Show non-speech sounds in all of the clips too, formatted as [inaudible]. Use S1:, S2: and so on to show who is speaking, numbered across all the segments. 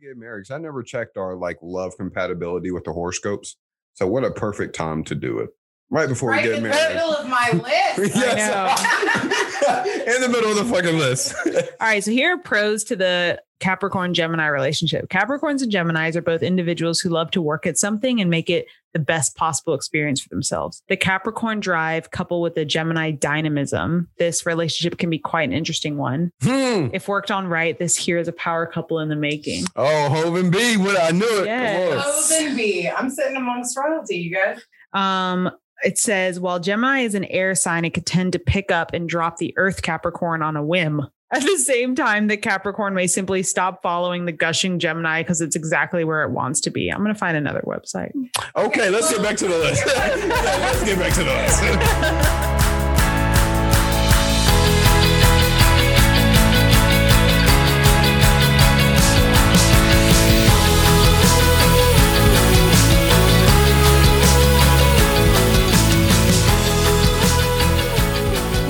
S1: get married, 'cause I never checked our like love compatibility with the horoscopes. So what a perfect time to do it. Right before
S2: right
S1: we get
S2: in the
S1: married. [laughs]
S2: middle of my list.
S1: [laughs] In the middle of the fucking list. [laughs]
S3: All right, so here are pros to the Capricorn Gemini relationship. Capricorns and Geminis are both individuals who love to work at something and make it the best possible experience for themselves. The Capricorn drive, coupled with the Gemini dynamism, this relationship can be quite an interesting one.
S1: hmm.
S3: If worked on right, this here is a power couple in the making.
S1: Oh, Hoven B, what I knew it.
S2: [laughs]
S3: Yes.
S1: Come on.
S2: Loaves and B. I'm sitting amongst royalty, you guys.
S3: Um, it says while Gemini is an air sign, it could tend to pick up and drop the Earth Capricorn on a whim. [laughs] At the same time, the Capricorn may simply stop following the gushing Gemini because it's exactly where it wants to be. I'm going to find another [laughs] website.
S1: Okay, let's get back to the list. [laughs] Yeah, let's get back to the list. [laughs]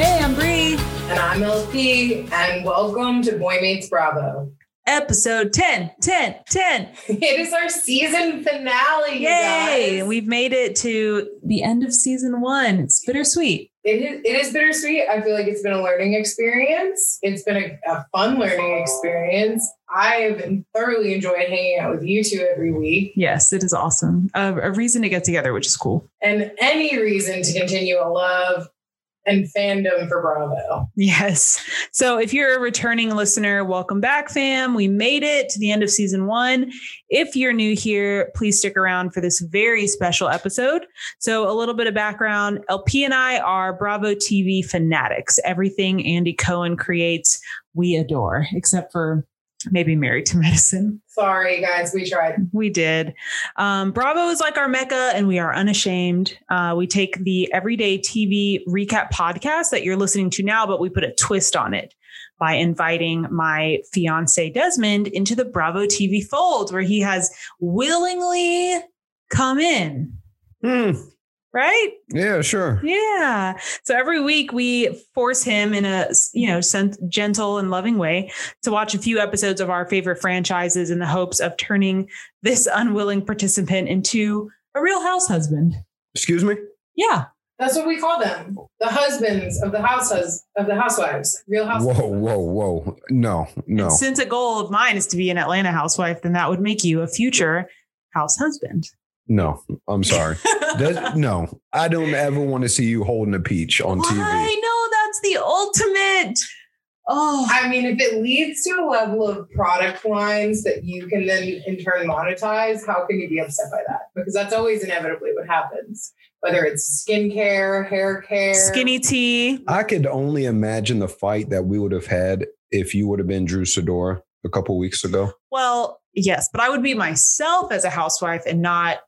S3: Hey, I'm Bree.
S2: And I'm LP, and welcome to Boy Meets Bravo. [laughs]
S3: Episode 10, 10, 10.
S2: It is our season finale, you
S3: Yay.
S2: guys.
S3: We've made it to the end of season one. It's bittersweet.
S2: It is, it is bittersweet. I feel like it's been a learning experience. It's been a, a fun learning experience. I've thoroughly enjoyed hanging out with you two every week.
S3: Yes, it is awesome. A, a reason to get together, which is cool.
S2: And any reason to continue a love and fandom for Bravo.
S3: [laughs] Yes. So if you're a returning listener, welcome back, fam. We made it to the end of season one. If you're new here, please stick around for this very special episode. So, a little bit of background LP and I are Bravo TV fanatics. Everything Andy Cohen creates, we adore, except for maybe Married to Medicine.
S2: Sorry, guys, we tried.
S3: We did. Um, Bravo is like our mecca, and we are unashamed. Uh, we take the everyday TV recap podcast that you're listening to now, but we put a twist on it by inviting my fiance Desmond into the Bravo TV fold, where he has willingly come in.
S1: Hmm.
S3: Right?
S1: Yeah, sure.
S3: Yeah. So every week we force him in a, you know, sen- gentle and loving way to watch a few episodes of our favorite franchises in the hopes of turning this unwilling participant into a real house husband.
S1: Excuse me?
S3: Yeah.
S2: That's what we call them. The husbands of the house hus- of the housewives. Real
S1: Whoa,
S2: housewives.
S1: whoa, whoa. No, no.
S3: And since a goal of mine is to be an Atlanta housewife, then that would make you a future house husband.
S1: No, I'm sorry.
S3: [laughs]
S1: Does, no, I don't ever want to see you holding a peach on TV.
S3: Why? No, that's the ultimate. Oh,
S2: I mean, if it leads to a level of product lines that you can then in turn monetize, how can you be upset by that? Because that's always inevitably what happens, whether it's skincare, hair care,
S3: skinny tea.
S1: I could only imagine the fight that we would have had if you would have been Drew Sidora a couple weeks ago.
S3: Well, yes, but I would be myself as a housewife and not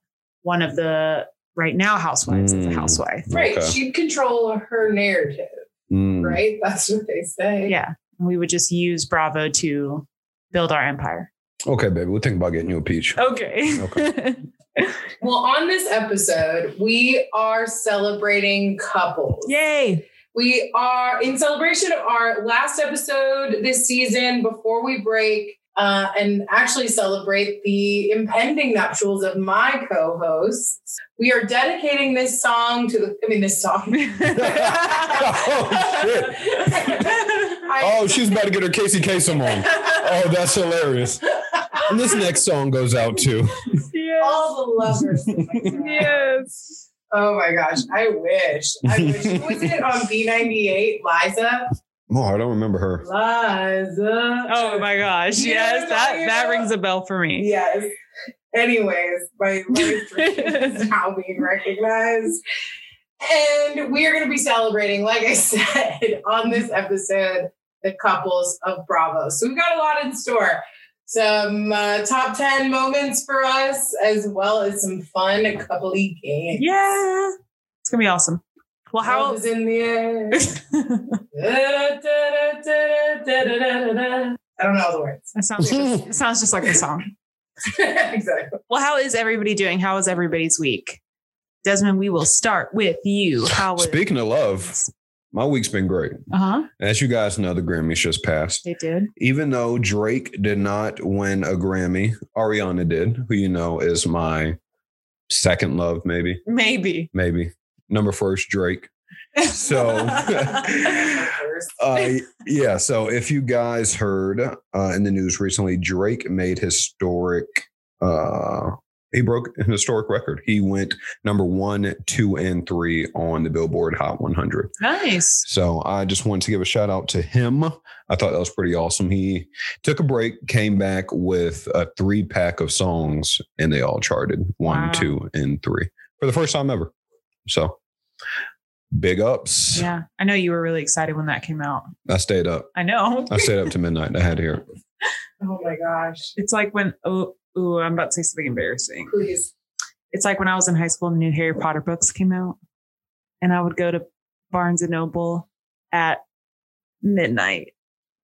S3: one of the right now housewives as a
S1: Mm.
S3: housewife.
S2: Right.
S1: Okay.
S2: She'd control her narrative,
S1: Mm.
S2: right? [laughs] That's what they say.
S3: Yeah. And we would just use Bravo to build our empire.
S1: Okay, baby, we'll think about getting you a
S2: [laughs]
S1: peach. [laughs]
S3: Okay.
S2: Well, on this episode, we are celebrating couples.
S3: [laughs] Yay.
S2: We are in celebration of our last episode this season before we break uh, and actually celebrate the impending nuptials of my co hosts. We are dedicating this song to the, I mean, this song. [laughs]
S1: oh, shit.
S2: I-
S1: Oh, she's about to get her Casey Kasem on. Oh, that's hilarious. And this next song goes out too.
S2: All the lovers. Oh my God.
S3: [laughs] Yes.
S2: Oh my gosh. I wish. I wish. Who was it on B98? Liza?
S1: Oh, I don't remember her.
S2: Liza.
S3: Oh my gosh.
S2: You
S3: Yes.
S2: know,
S3: That
S2: you
S3: that
S2: know.
S3: rings a bell for me.
S2: Yes. Anyways, my
S3: [laughs]
S2: life is now being recognized. And we are going to be celebrating, like I [laughs] said, on this episode, the couples of Bravo. So we've got a lot in store. Some uh, top 10 moments for us, as well as some fun couple games.
S3: Yeah. It's gonna be awesome. Well,
S2: Love
S3: how
S2: is in the air. [laughs]
S3: [laughs]
S2: Da-da-da-da-da-da-da-da-da. I don't know the words. [laughs]
S3: that sounds just, it sounds just like the song.
S2: exactly. [laughs]
S3: Well, how is everybody doing? How is everybody's week? Desmond, we will start with you. How was
S1: Speaking of love, My week's been great.
S3: Uh huh.
S1: As you guys know, the Grammys just passed.
S3: They did.
S1: Even though Drake did not win a Grammy, Ariana did, who you know is my second love, maybe,
S3: Maybe.
S1: maybe. Number first, Drake. So- Uh, yeah. So if you guys heard uh, in the news recently, Drake made historic. Uh, he broke an historic record. He went number one, two, and three on the Billboard Hot 100.
S3: nice.
S1: So I just wanted to give a shout out to him. I thought that was pretty awesome. He took a break, came back with a three pack of songs, and they all charted one,
S3: Wow.
S1: two, and three for the first time ever. So big ups.
S3: Yeah. I know you were really excited when that came out.
S1: I stayed up.
S3: I know.
S1: I stayed up to midnight. I had to hear [laughs] it.
S2: oh my gosh.
S3: It's like when, oh, ooh, I'm about to say something embarrassing.
S2: Please.
S3: It's like when I was in high school and the new Harry Potter books came out, and I would go to Barnes and Noble at midnight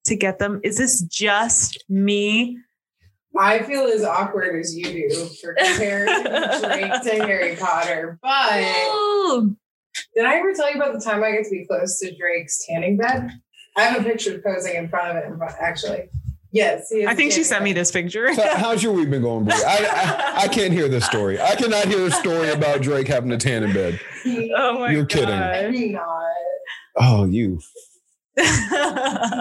S3: to get them. Is this just me?
S2: I feel as awkward as you do for comparing
S3: [laughs]
S2: Drake to Harry Potter. But
S3: Ooh.
S2: did I ever tell you about the time I get to be close to Drake's tanning bed? I have a picture posing in front of it, in front- actually. Yes. he has
S3: I
S2: a
S3: think she
S2: tanning
S3: sent me
S2: bed.
S3: this picture.
S1: So how's your week been going, Bree? I, I, I can't hear this story. I cannot hear a story about Drake having a tan in bed.
S2: He-
S3: [laughs] Oh my
S1: You're kidding.
S2: I'm
S3: God.
S2: not.
S1: Oh, you.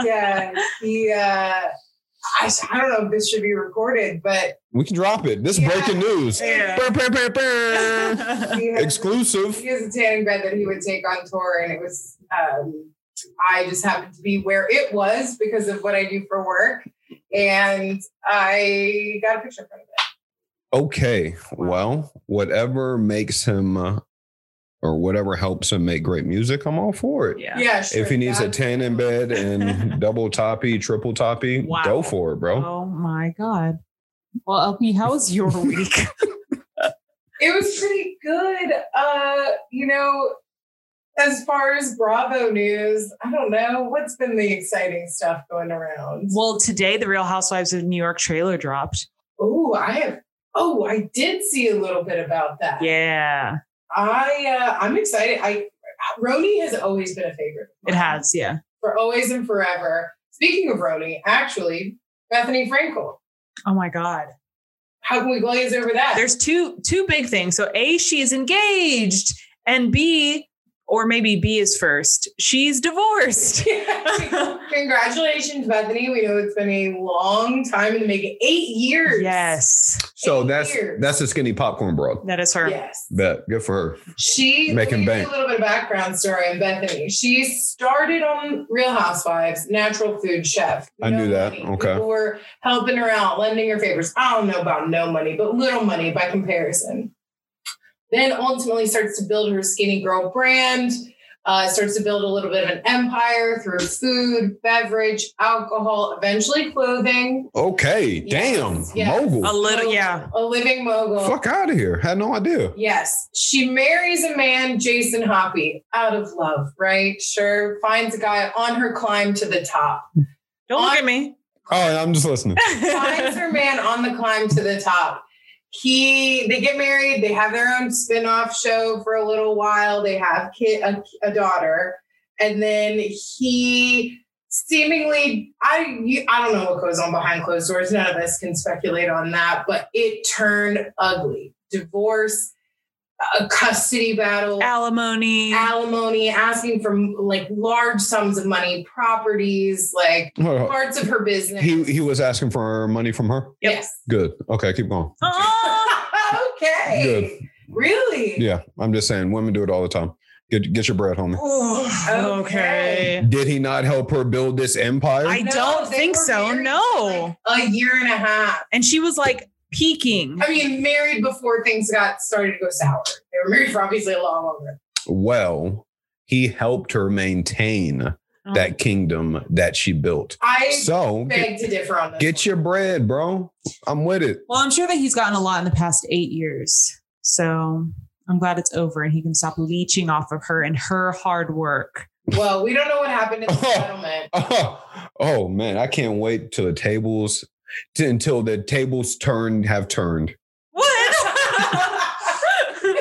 S2: Yeah. He, uh, I, I don't know if this should be recorded, but
S1: We can drop it. This is
S2: Yeah.
S1: breaking news.
S3: Yeah.
S1: Brr, brr, brr, brr.
S2: he has
S1: Exclusive.
S2: he has a tanning bed that he would take on tour, and it was um, I just happened to be where it was because of what I do for work, and I got a picture from it.
S1: Okay. Well, whatever makes him uh, or whatever helps him make great music, I'm all for it.
S3: yeah.
S2: Yeah, sure,
S1: If he needs a
S2: that's-
S1: tan in bed
S2: [laughs]
S1: and double toppy, triple toppy,
S3: Wow.
S1: go for it, bro.
S3: Oh my God. Well, LP, how was [laughs] your week?
S2: it was pretty good. Uh, you know, as far as Bravo news, I don't know what's been the exciting stuff going around.
S3: well, today the Real Housewives of New York trailer dropped.
S2: Oh, I have. Oh, I did see a little bit about that.
S3: Yeah,
S2: I uh, I'm excited. I Roni has always been a favorite. of
S3: it
S2: mine.
S3: has. Yeah.
S2: for always and forever. Speaking of Roni, actually, Bethany Frankel.
S3: Oh my God.
S2: How can we glaze over that?
S3: There's [laughs] two two big things. So A, she is engaged, and B, or maybe B is first. She's divorced.
S2: [laughs] Congratulations, Bethany. We know it's been a long time in the making. Eight years.
S3: yes,
S1: So
S2: Eight
S1: that's
S2: years.
S1: that's a skinny popcorn bro.
S3: that is her.
S2: Yes.
S1: Bet. Good for her.
S2: She
S1: Make him
S2: let me
S1: bank.
S2: give you A little bit of background story on Bethany. She started on Real Housewives, natural food chef.
S1: I knew that.
S2: money.
S1: Okay.
S2: People were helping her out, lending her favors. I don't know about no money, but little money by comparison. Then ultimately starts to build her skinny girl brand. Uh, starts to build a little bit of an empire through food, beverage, alcohol, eventually clothing.
S1: Okay.
S2: Yes,
S1: Damn.
S2: yes.
S1: Mogul.
S3: A little, yeah.
S2: A living mogul.
S1: Fuck out of here. Had no
S2: [laughs]
S1: idea.
S2: Yes, she marries a man, Jason Hoppy, out of love, right? Sure, finds a guy on her climb to the top.
S3: Don't look at me.
S1: All right, I'm just
S2: [laughs]
S1: listening.
S3: [laughs]
S2: Finds her man on the climb to the top. He, they get married. They have their own spin-off show for a little while. They have kid, a, a daughter, and then he seemingly, I, you, I don't know what goes on behind closed doors. None of us can speculate on that, but it turned ugly. Divorce, a custody battle.
S3: Alimony.
S2: alimony, asking for like large sums of money, properties, like
S1: Hold on.
S2: parts of her business.
S1: Oh, He he was asking for money from her.
S3: Yep. [laughs]
S2: Yes.
S1: Good. Okay, keep going.
S3: Oh,
S2: okay. Really?
S1: Yeah, I'm just saying women do it all the time. Get get your bread,
S2: Oh,
S1: homie.
S3: Oh. okay.
S1: Did he not help her build this empire?
S3: I
S2: No,
S3: don't
S2: they
S3: think
S2: were
S3: so.
S2: married
S3: No.
S2: for, like, a year and a half.
S3: and she was like peeking.
S2: I mean, married before things got started to go sour. They were married for obviously a lot longer.
S1: well, he helped her maintain
S3: Uh-huh.
S1: that kingdom that she built.
S2: I
S1: So get,
S2: beg to differ on this.
S1: get your bread, bro. I'm with it. [laughs]
S3: Well, I'm sure that he's gotten a lot in the past eight years. So I'm glad it's over and he can stop leeching off of her and her hard [laughs] work.
S2: one. Well, we don't know what
S1: [laughs]
S2: happened in the settlement.
S1: Oh, man, I can't wait till the tables t- until the tables turn have turned.
S3: What?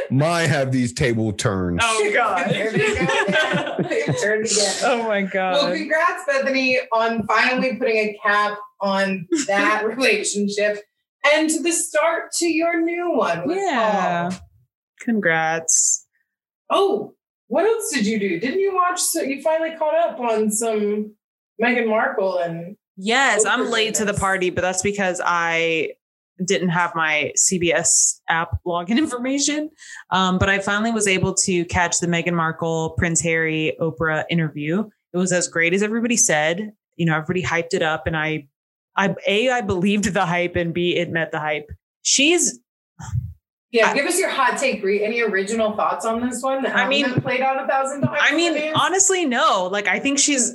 S1: Mine have these table turns.
S3: oh,
S2: [laughs] There we go.
S3: God.
S2: They've turned again.
S1: [laughs]
S3: Oh my
S2: Well,
S3: god.
S2: congrats, Bethany, on finally putting a cap on
S3: [laughs]
S2: that relationship and to the start to your new one. with
S3: Yeah.
S2: Paul.
S3: Congrats.
S2: Oh, what else did you do? Didn't you watch? So you finally caught up on some Meghan Markle and
S3: Yes,
S2: Oh,
S3: I'm late to the
S2: goodness.
S3: party, but that's because I didn't have my CBS app login [laughs] information. Um, but I finally was able to catch the Meghan Markle, Prince Harry, Oprah interview. It was as great as everybody said. You know, everybody hyped it up, and I, I a I believed the hype, and b it met the hype. She's
S2: yeah.
S3: I-
S2: give us your hot take, Bree. Any original thoughts on this one? That
S3: I
S2: haven't
S3: mean-
S2: been played out a thousand times.
S3: I
S2: maybe?
S3: mean, honestly, no. Like, I think she's,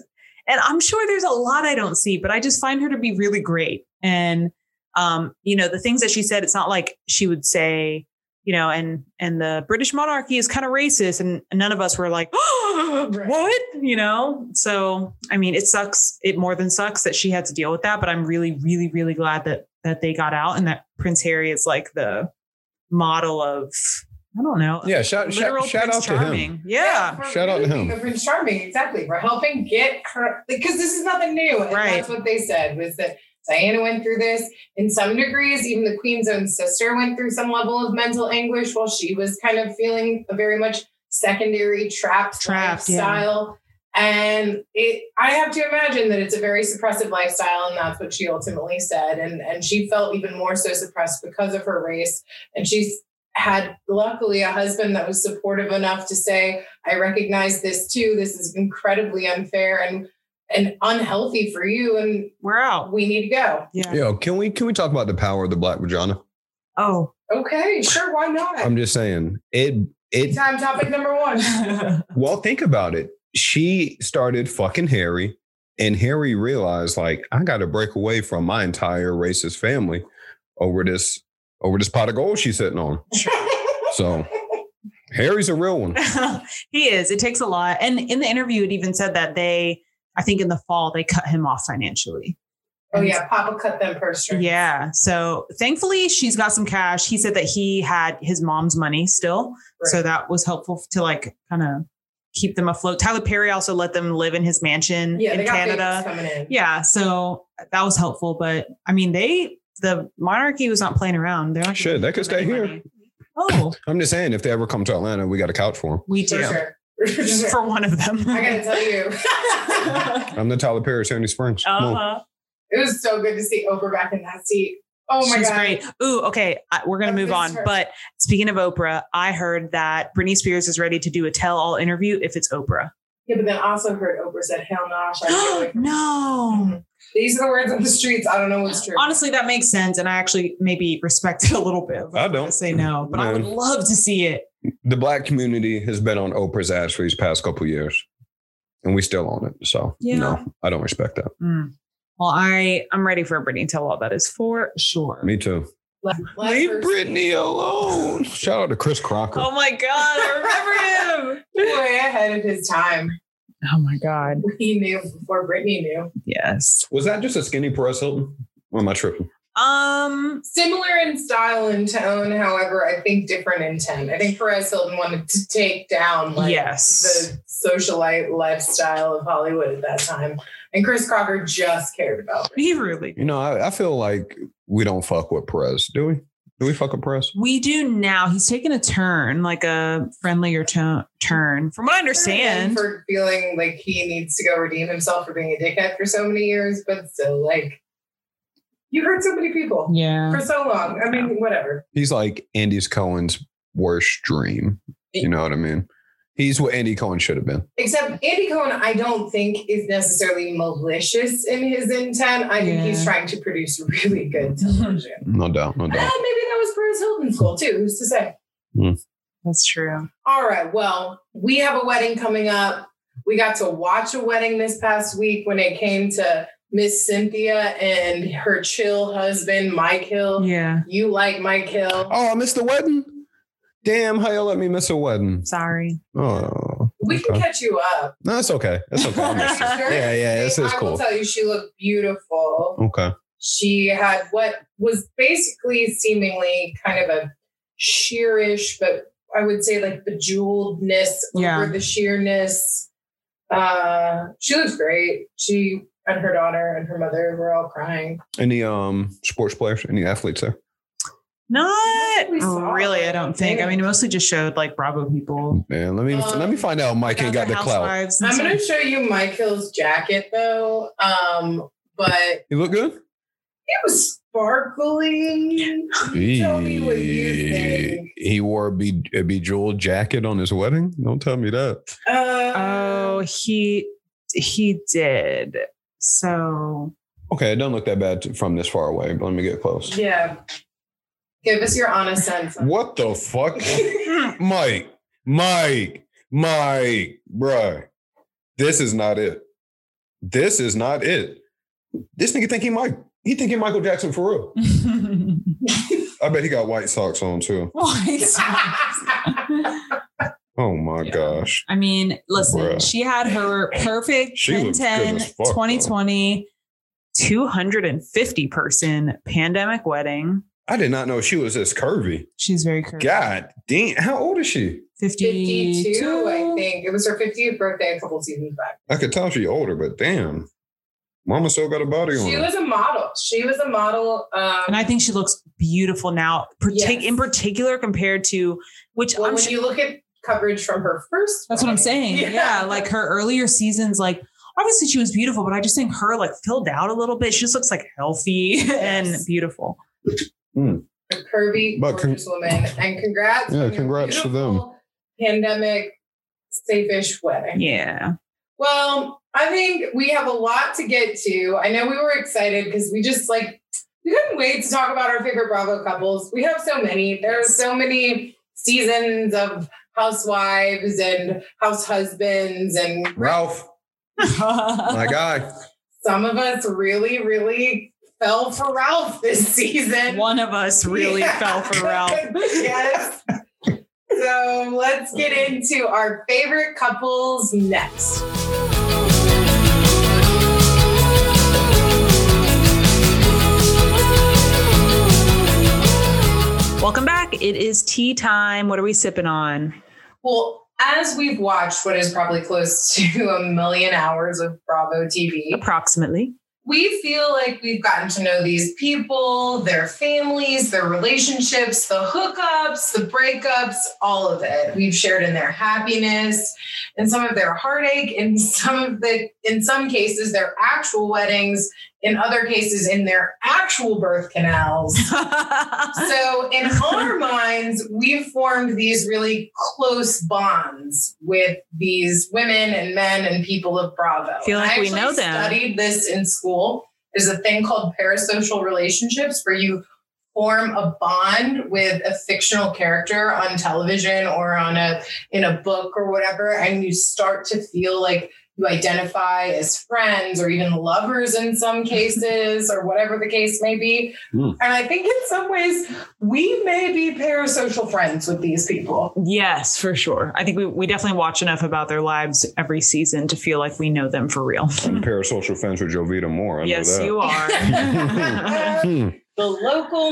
S3: and I'm sure there's a lot I don't see, but I just find her to be really great. And, um, you know, the things that she said, it's not like she would say, you know, and and the British monarchy is kind of racist, and none of us were like, [gasps]
S2: Right.
S3: what, you know? So, I mean, it sucks. It more than sucks that she had to deal with that, but I'm really, really, really glad that that they got out and that Prince Harry is like the model of, I don't know,
S1: Yeah, shout shout,
S3: literal
S1: shout out
S3: Prince
S1: to
S3: Charming.
S1: him.
S3: yeah.
S2: for
S1: Shout out to
S2: really
S1: him.
S2: being the Prince Charming, exactly. We're helping get her because this is nothing new. And
S3: Right.
S2: That's what they said was that Diana went through this in some degrees. Even the Queen's own sister went through some level of mental anguish while she was kind of feeling a very much secondary trapped,
S3: Trapped, yeah.
S2: lifestyle. And it, I have to imagine that it's a very suppressive lifestyle, and that's what she ultimately said. And and she felt even more so suppressed because of her race. And she's had luckily a husband that was supportive enough to say, I recognize this too. This is incredibly unfair and and unhealthy for you, and
S3: we're out.
S2: we need to go.
S3: Yeah.
S1: Yo, can we can we talk about the power of the black vagina? [laughs]
S3: Oh. [laughs]
S2: Okay, sure, why not?
S1: I'm just saying it Um, it
S2: Time topic number
S3: [laughs]
S2: one. [laughs]
S1: Well, think about it. She started fucking Harry, and Harry realized, like, I got to break away from my entire racist family over this over this pot of gold she's sitting on. So Harry's a real one.
S3: he is. It takes a lot. And in the interview, it even said that they, I think in the fall, they cut him off financially.
S2: oh yeah, Papa cut them purse strings.
S3: Yeah. So thankfully, she's got some cash. He said that he had his mom's money still. So
S2: Right.
S3: that was helpful to like kind of keep them afloat. Tyler Perry also let them live in his mansion
S2: yeah, they
S3: in
S2: got
S3: Canada.
S2: Canada coming in.
S3: Yeah. So that was helpful. But I mean, they, the monarchy was not playing around. They're not
S1: Shit,
S3: giving
S1: they could
S3: them any
S1: stay here.
S3: money. Oh,
S1: I'm just saying, if they ever come to Atlanta, we got a couch for him.
S3: we
S2: for
S3: do.
S2: sure. For sure.
S3: [laughs] for one of them.
S2: I gotta tell you, [laughs]
S1: I'm the Tyler Perry, Sandy Springs. Come on.
S3: [laughs] Uh-huh.
S2: it was so good to see Oprah back in that seat. Oh my
S3: She's
S2: god,
S3: great. Ooh, okay. I- We're going
S2: I
S3: to move
S2: miss
S3: on.
S2: her.
S3: But speaking of Oprah, I heard that Britney Spears is ready to do a tell all interview if it's
S2: [gasps]
S3: Oprah.
S2: Yeah, but then I also heard Oprah said, "Hell no, I should get away from
S3: [gasps] no.
S2: These are the words on the streets. I don't know what's true.
S3: Honestly, that makes sense. And I actually maybe respect it a little bit. if
S1: I
S3: was
S1: don't.
S3: gonna Say no, but I
S1: No.
S3: would love to see it.
S1: The black community has been on Oprah's ass for these past couple years, and we still on it. So
S3: Yeah.
S1: no, I don't respect that.
S3: Mm. Well, I I'm ready for a Britney tell all. That is for sure.
S1: Me too.
S2: Let- let
S1: Leave
S2: her
S1: Britney
S2: [laughs]
S1: alone. Shout out to Chris Crocker.
S3: Oh my god, I remember
S2: speak.
S3: him.
S2: way ahead of his time. [laughs]
S3: oh my god,
S2: He knew before Britney knew.
S3: yes.
S1: Was that just a skinny Perez Hilton? Or am I tripping?
S3: Um,
S2: Similar in style and tone, however, I think different intent. I think Perez Hilton wanted to take down like
S3: yes,
S2: the socialite lifestyle of Hollywood at that time, and Chris Crocker just cared about. Britney.
S3: he really
S1: You know, I, I feel like we don't fuck with Perez, do we? Do we fuck with Perez?
S3: We do now. He's taken a turn, like a friendlier to- turn, from what I understand.
S2: for feeling like he needs to go redeem himself for being a dickhead for so many years, but still, like, you hurt so many people
S3: Yeah.
S2: for so long. I mean, whatever.
S1: He's like Andy's Cohen's worst dream. You know what I mean? He's what Andy Cohen should have been.
S2: Except Andy Cohen, I don't think is necessarily malicious in his intent. I think
S3: Yeah.
S2: he's trying to produce really good television.
S1: No doubt, no
S2: And Oh, maybe
S1: doubt.
S2: that was Paris Hilton's goal too. Who's to say?
S3: That's true.
S2: All right. Well, we have a wedding coming up. We got to watch a wedding this past week when it came to Miss Cynthia and her chill husband, Mike Hill.
S3: Yeah.
S2: You like Mike Hill.
S1: Oh, I missed the wedding. Damn, how you let me miss a wedding?
S3: Sorry.
S1: Oh,
S2: we can
S1: okay.
S2: catch you
S1: [laughs]
S2: up.
S1: no, it's okay. It's okay. I
S2: [laughs]
S1: missed it. Yeah, yeah, this is
S2: I will
S1: cool.
S2: tell you, she looked beautiful.
S1: Okay.
S2: she had what was basically seemingly kind of a sheerish, but I would say like bejeweledness
S3: Yeah.
S2: over the sheerness. Uh, she looks great. She and her daughter and her mother were all crying.
S1: Any um sports players, any athletes there?
S3: Not
S2: We saw
S3: really,
S2: it,
S3: I don't think. I mean, it mostly just showed like Bravo people.
S1: Man, let me
S2: Um,
S1: let me find out. Mike ain't got the clout.
S3: Housewives and
S2: I'm gonna
S3: stuff.
S2: show you Mike Hill's jacket though. Um, but
S1: You look good.
S2: it was sparkling. Tell me what you think.
S1: He wore a, be- a bejeweled jacket on his wedding. Don't tell me that.
S3: Oh,
S2: Um,
S3: he he did. [laughs] So
S1: Okay, it doesn't look that bad from this far away, but let me get close.
S2: yeah. Give us your honest sense. [laughs] on-
S1: What the fuck? [laughs]
S3: Hmm.
S1: Mike, Mike, Mike, bruh. This is not it. This is not it. This nigga think he Mike. He thinking Michael Jackson for real. I bet he got white socks on too.
S2: [laughs]
S1: Oh my
S3: Yeah.
S1: gosh.
S3: I mean, listen,
S1: Bruh.
S3: she had her perfect
S1: She
S3: 10
S1: looks good as
S3: 10
S1: fuck, though.
S3: 2020 250 person pandemic wedding.
S1: I did not know she was this curvy.
S3: She's very curvy.
S1: God damn. How old is she?
S3: 52,
S2: 52, I think. It was her 50th birthday a couple seasons back.
S1: I could tell she's older, but damn. Mama still got a body on
S2: She
S1: her.
S2: was a model. She was a model. Um,
S3: And I think she looks beautiful now, partic-
S2: Yes.
S3: in particular compared to which
S2: well,
S3: I'm
S2: when
S3: sure
S2: you look at coverage from her first,
S3: That's what I'm
S2: wedding-
S3: saying. Yeah. like her earlier seasons, like obviously she was beautiful, but I just think her like filled out a little bit. She just looks like healthy and beautiful.
S2: a curvy,
S1: But con-
S2: gorgeous woman. And congrats.
S1: Yeah,
S2: on your
S1: congrats to them.
S2: beautiful Pandemic safe-ish
S1: [laughs]
S2: wedding.
S3: Yeah.
S2: Well, I think we have a lot to get to. I know we were excited because we just like we couldn't wait to talk about our favorite Bravo couples. We have so many. There are so many seasons of housewives and house husbands and
S1: Ralph, my guy.
S2: some of us really, really fell for Ralph this [laughs] season.
S3: One of us really
S2: Yeah. [laughs]
S3: fell for Ralph.
S2: yes. So let's get into our favorite couples next.
S3: Welcome back. It is tea time. What are we sipping on?
S2: Well, as we've watched what is probably close [laughs] to a million hours of Bravo TV,
S3: Approximately. [laughs]
S2: we feel like we've gotten to know these people, their families, their relationships, the hookups, the breakups, all of it. We've shared in their happiness and some of their heartache, in some of the in some cases their actual weddings, in other cases in their actual birth canals. So, in our minds, we've formed these really close bonds with these women and men and people of Bravo.
S3: Feel like
S2: I
S3: we know
S2: actually
S3: them.
S2: Studied this in school. There's a thing called parasocial relationships where you form a bond with a fictional character on television or on a in a book or whatever, and you start to feel like you identify as friends or even lovers in
S3: [laughs]
S2: some cases or whatever the case may be.
S1: Hmm.
S2: And I think in some ways we may be parasocial friends with these people.
S3: yes, for sure. I think we, we definitely watch enough about their lives every season to feel like we know them for real.
S1: I'm parasocial friends with Jovita Moore. I know
S3: yes,
S1: that.
S3: you are.
S2: the
S1: Hmm.
S2: local
S3: [laughs]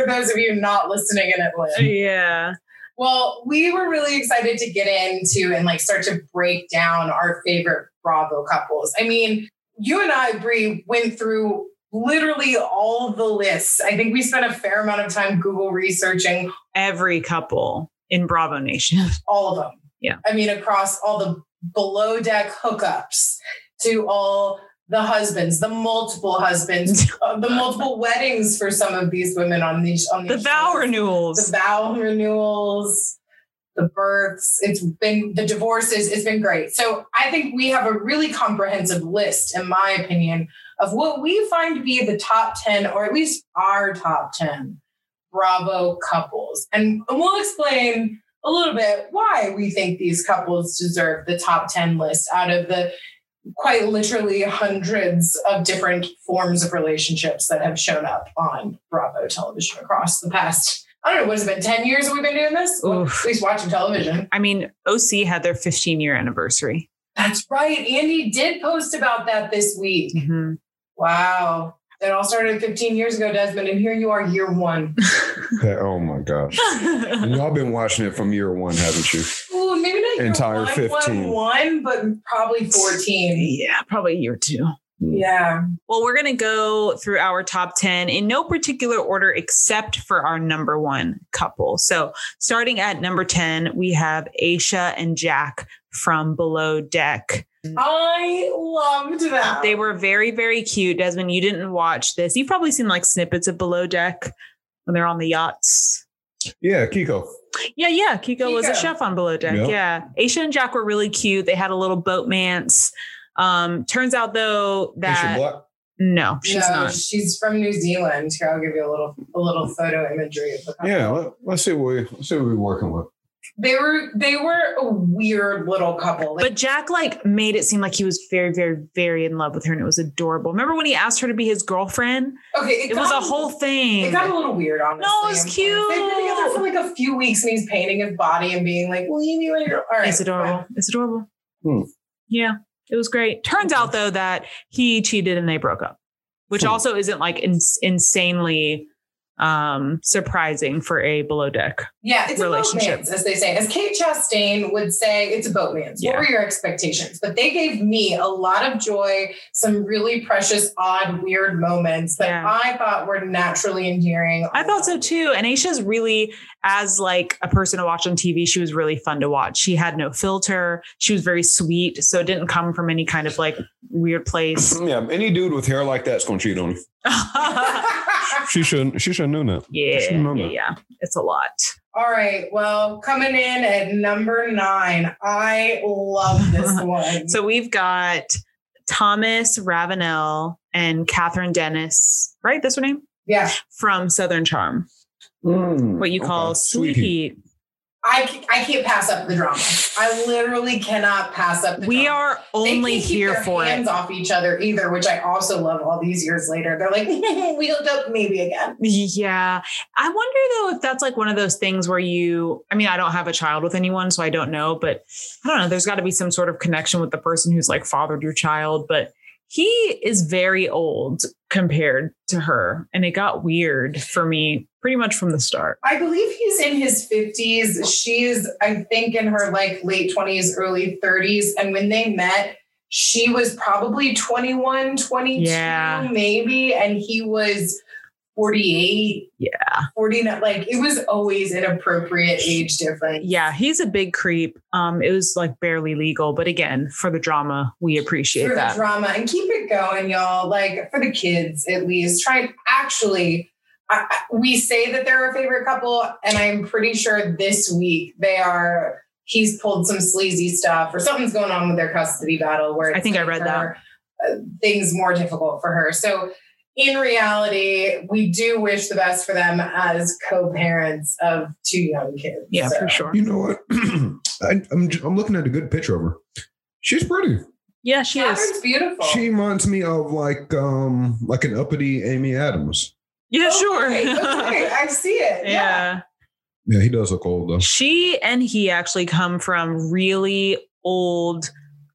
S1: [laughs]
S2: For those of you not listening in Atlanta.
S3: yeah.
S2: Well, we were really excited to get into and like start to break down our favorite Bravo couples. I mean, you and I, Brie, went through literally all the lists. I think we spent a fair amount of time Google researching
S3: Every couple in Bravo
S2: [laughs]
S3: Nation.
S2: all of them.
S3: Yeah.
S2: I mean, across all the below deck hookups to all the husbands, the multiple
S3: [laughs]
S2: husbands, uh, the multiple weddings for some of these women on these on
S3: The
S2: these
S3: vow
S2: shows.
S3: renewals.
S2: the vow renewals, the births. It's been the divorces. It's been great. So I think we have a really comprehensive list, in my opinion, of what we find to be the top 10, or at least our top 10 Bravo couples. And we'll explain a little bit why we think these couples deserve the top 10 list out of the quite literally hundreds of different forms of relationships that have shown up on Bravo television across the past. I don't know, what has it been 10 years that we've been doing this? Well,
S3: Oof.
S2: at least watching television.
S3: I mean, OC had their 15 year anniversary.
S2: That's right. Andy did post about that this week.
S3: Mhm.
S2: Wow. That all started 15 years ago, Desmond, and here you are, year one.
S3: [laughs]
S1: That- oh my gosh. Y'all been watching it from year one, haven't you?
S2: Ooh, maybe not like year
S1: Entire
S2: one,
S1: 15.
S2: one, one, but probably 14.
S3: [laughs] Yeah, probably year two.
S2: Yeah.
S3: Well, we're going to go through our top 10 in no particular order except for our number one couple. So, starting at number 10, we have Aisha and Jack from Below Deck.
S2: I loved that.
S3: They were very, very cute. Desmond, you didn't watch this. You've probably seen like snippets of Below Deck when they're on the yachts.
S1: Yeah, Kiko.
S3: Yeah, yeah. Kiko, was a
S2: Kiko.
S3: chef on Below Deck.
S1: Yep.
S3: Yeah. Aisha and Jack were really cute. They had a little boatmance. Um, turns out though
S1: Aisha
S3: that
S1: Black.
S3: no, she's
S2: no,
S3: not.
S2: she's from New Zealand. Here, I'll give you a little a little photo imagery of the couple.
S1: Yeah, let, let's see what we let's see what we're working with. [clears throat]
S2: They were they were a weird little couple. Like,
S3: But Jack like made it seem like he was very, very, very in love with her, and it was adorable. Remember when he asked her to be his girlfriend?
S2: okay,
S3: It, was
S2: got-
S3: a whole thing.
S2: It got a little weird, honestly.
S3: No, it was
S2: They've been together for like a few weeks, and he's painting his body and being like, "Will you be my girl?" All right,
S3: It's adorable. It's adorable.
S1: Hmm.
S3: Yeah, it was great. Turns out though that he cheated and they broke up, which
S1: Hmm.
S3: also isn't like ins- insanely um surprising for a below deck.
S2: Yeah, it's a
S3: relationship.
S2: boatman's, as they say. As Kate Chastain would say, it's a boatman's.
S3: Yeah.
S2: What were your expectations? But they gave me a lot of joy, some really precious, odd, weird moments that
S3: Yeah.
S2: I thought were naturally endearing.
S3: I thought so too. And Aisha's really, as like a person to watch on TV, she was really fun to watch. She had no filter. She was very sweet, so it didn't come from any kind of like
S1: [laughs]
S3: weird place. [laughs]
S1: Yeah, any dude with hair like that's gonna cheat on you. She shouldn't. She shouldn't know that.
S3: yeah,
S1: Shouldn't know
S3: yeah,
S1: that.
S3: yeah. It's a lot.
S2: [laughs] All right. Well, coming in at number nine, I love
S3: [laughs]
S2: this one.
S3: So we've got Thomas Ravenel and Catherine Dennis, right? That's her name
S2: yeah,
S3: from Southern Charm,
S1: Mm,
S3: what
S1: Oh,
S3: you call sweet, heat.
S2: I, ca- I can't pass up the drama. I literally cannot pass up. The
S3: We
S2: drama.
S3: are
S2: They
S3: only
S2: can't keep
S3: here
S2: their
S3: for
S2: hands
S3: it.
S2: off each other either, which I also love. All these years later, they're like, [laughs] we hooked up maybe again.
S3: Yeah. I wonder though if that's like one of those things where you, I mean, I don't have a child with anyone, so I don't know, but I don't know. There's got to be some sort of connection with the person who's like fathered your child, but he is very old compared to her. And it got weird for me pretty much from the start.
S2: I believe he's in his fifties. She's, I think, in her like late twenties, early thirties. And when they met, she was probably 21, 22,
S3: Yeah.
S2: maybe, and he was. 48
S3: Yeah.
S2: 49 like it was always an appropriate age difference
S3: yeah, he's a big creep. Um, it was like barely legal, but again, for the drama, we appreciate
S2: for the
S3: that.
S2: drama and keep it going, y'all. Like for the kids, at least try and actually. I, I- we say that they're our favorite couple, and I'm pretty sure this week they are. He's pulled some sleazy stuff, or something's going on with their custody battle. Where
S3: I
S2: it's
S3: think I
S2: made
S3: read
S2: her, uh, things more difficult for her. So. In reality, we do wish the best for them as co-parents of two young kids.
S3: Yeah,
S2: So,
S3: for sure.
S1: You know what? [clears throat] I, I'm j- I'm looking at a good picture of her. She's pretty.
S3: Yeah, she is.
S2: Catherine's beautiful.
S3: Oh.
S1: She reminds me of like um like an uppity Amy Adams.
S3: Yeah,
S2: Okay,
S3: sure.
S2: okay, I see it. yeah.
S3: [laughs] yeah.
S1: Yeah, he does look old though.
S3: She and he actually come from really old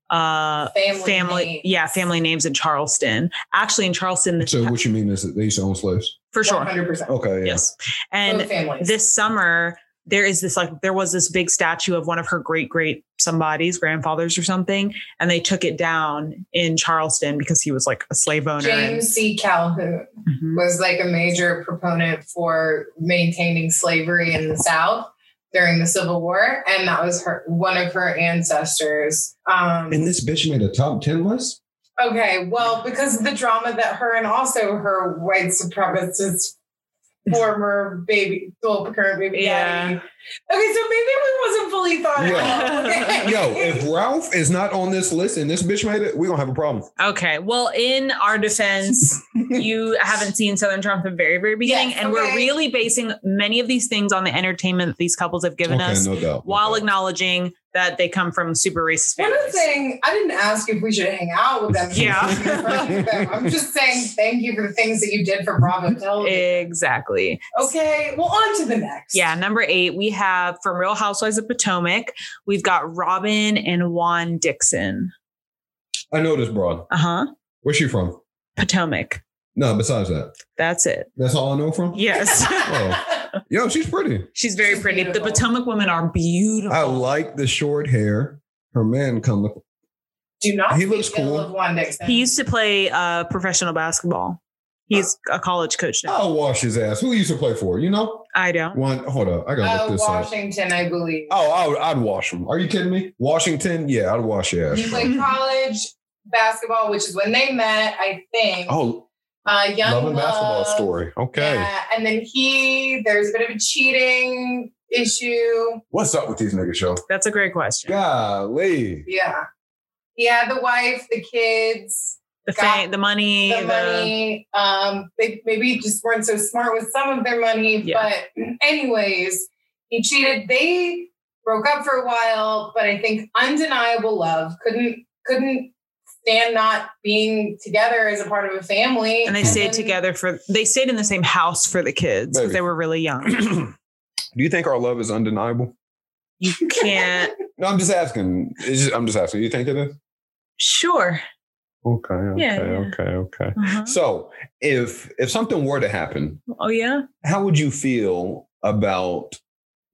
S3: uh
S2: Family
S3: family,
S2: names.
S3: yeah, family names in Charleston. Actually in Charleston this
S1: So what you mean is that they used to own slaves?
S3: for sure.
S2: 100%.
S1: Okay. Yeah.
S3: Yes. And
S2: Both families.
S3: this summer there is this like there was this big statue of one of her great great somebody's grandfathers or something and they took it down in charleston because he was like a slave owner and-
S2: James C. Calhoun
S3: Mhm.
S2: was like a major proponent for maintaining slavery in the South during the Civil War, and that was her one of her ancestors.
S1: And
S2: Um,
S1: this bitch made a top ten list.
S2: okay, well, because of the drama that her and also her white supremacist former baby, well, current baby
S3: Yeah.
S2: daddy. Okay, so maybe we wasn't fully thought out.
S3: Yeah.
S2: Okay. [laughs]
S1: Yo, if Ralph is not on this list and this bitch made it, we gonna have a problem.
S3: okay well in our defense
S2: [laughs]
S3: you haven't seen southern charm from the very very beginning
S2: Yes,
S3: and
S2: okay.
S3: we're really basing many of these things on the entertainment that these couples have given us
S1: no doubt.
S3: while acknowledging that they come from super racist
S2: One other
S3: families
S2: thing, I didn't ask if we should hang out with them.
S3: Yeah.
S2: [laughs] I'm just saying thank you for the things that you did for Bravo Television.
S3: exactly
S2: Okay, well, on to the next.
S3: Yeah, number eight, we have from Real Housewives of Potomac, we've got Robin and Juan Dixon.
S1: I know this broad.
S3: Uh huh.
S1: Where's she from?
S3: Potomac.
S1: No, besides that,
S3: That's it.
S1: that's all I know from.
S3: Yes.
S1: [laughs] Oh. Yo, she's pretty.
S3: She's very
S2: She's
S3: pretty.
S2: beautiful.
S3: The Potomac women are beautiful. [laughs]
S1: I like the short hair. Her man come.
S2: [laughs] Do not.
S1: He looks
S2: be ill
S1: cool.
S2: Of one Dixon.
S3: He used to play uh, professional basketball. He's a college coach now.
S1: I'll wash his ass. Who he used to play for? You know,
S3: I don't.
S1: one. Hold up, I gotta
S2: uh,
S1: look this up.
S2: Washington, I believe.
S1: Oh, I would, I'd wash him. Are you kidding me? Washington? Yeah, I'd wash your
S2: He
S1: ass.
S2: played college basketball, which is when they met, I think.
S1: [laughs] Oh,
S2: uh, young
S1: love and basketball
S2: Love.
S1: story. Okay,
S2: Yeah, and then he, there's a bit of a cheating issue.
S1: what's up with these niggas, yo?
S3: That's a great question.
S1: Golly,
S2: Yeah. He had the wife, the kids,
S3: The
S2: God.
S3: fame, the money,
S2: the money. Um, they maybe just weren't so smart with some of their money.
S3: Yeah.
S2: But, anyways, he cheated. They broke up for a while, but I think undeniable love couldn't couldn't stand not being together as a part of a family.
S3: and they stayed
S2: then-
S3: together for. They stayed in the same house for the kids because
S1: Baby.
S3: they were really young.
S1: [clears throat] do you think our love is undeniable?
S2: [laughs]
S3: You can't.
S1: No, I'm just asking. It's just, I'm just asking. You think it is?
S3: sure.
S1: Okay, okay,
S3: Yeah, yeah.
S1: okay, okay.
S3: Uh-huh.
S1: So, if if something were to happen,
S3: Oh yeah.
S1: how would you feel about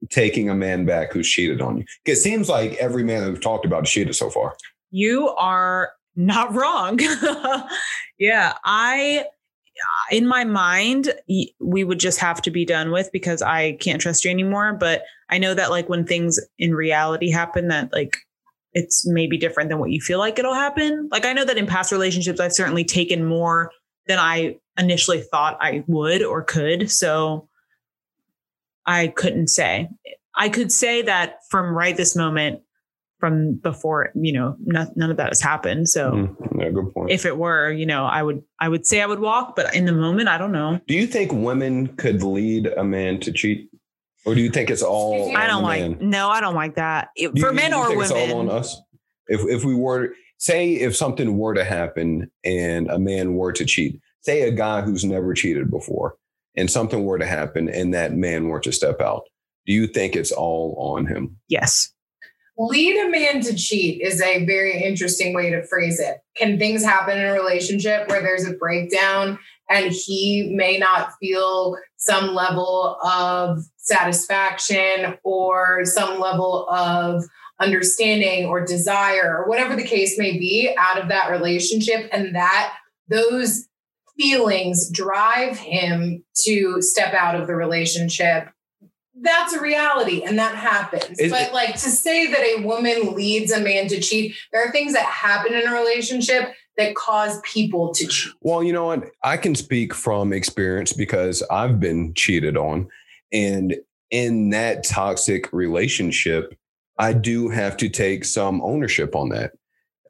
S1: taking a man back who's cheated on you? 'Cause It seems like every man that we've talked about has cheated so far.
S3: you are not wrong. [laughs] yeah, I in my mind y- we would just have to be done with because I can't trust you anymore, but I know that like when things in reality happen that like it's maybe different than what you feel like it'll happen. Like I know that in past relationships I've certainly taken more than I initially thought I would or could. So I couldn't say. I could say that from right this moment from before you know no, none of that has happened so
S1: Mm, yeah, good point.
S3: if it were you know i would i would say i would walk but in the moment i don't know
S1: do you think women could lead a man to cheat, or do you think it's all?
S2: Excuse me?
S1: on
S3: i don't
S1: the
S3: like
S1: man?
S3: no i don't like that It-
S1: Do you-
S3: for men
S1: do you
S3: or
S1: think It's all on uh,
S3: women
S1: us. If if we were say if something were to happen and a man were to cheat, say a guy who's never cheated before, and something were to happen and that man were to step out, do you think it's all on him?
S3: yes
S2: Lead a man to cheat is a very interesting way to phrase it. Can things happen in a relationship where there's a breakdown and he may not feel some level of satisfaction or some level of understanding or desire or whatever the case may be out of that relationship and that those feelings drive him to step out of the relationship that's a reality and that happens
S1: Is
S2: but
S1: it-
S2: like to say that a woman leads a man to cheat there are things that happen in a relationship that cause people to cheat
S1: Well, you know what? I can speak from experience because I've been cheated on. And in that toxic relationship, I do have to take some ownership on that.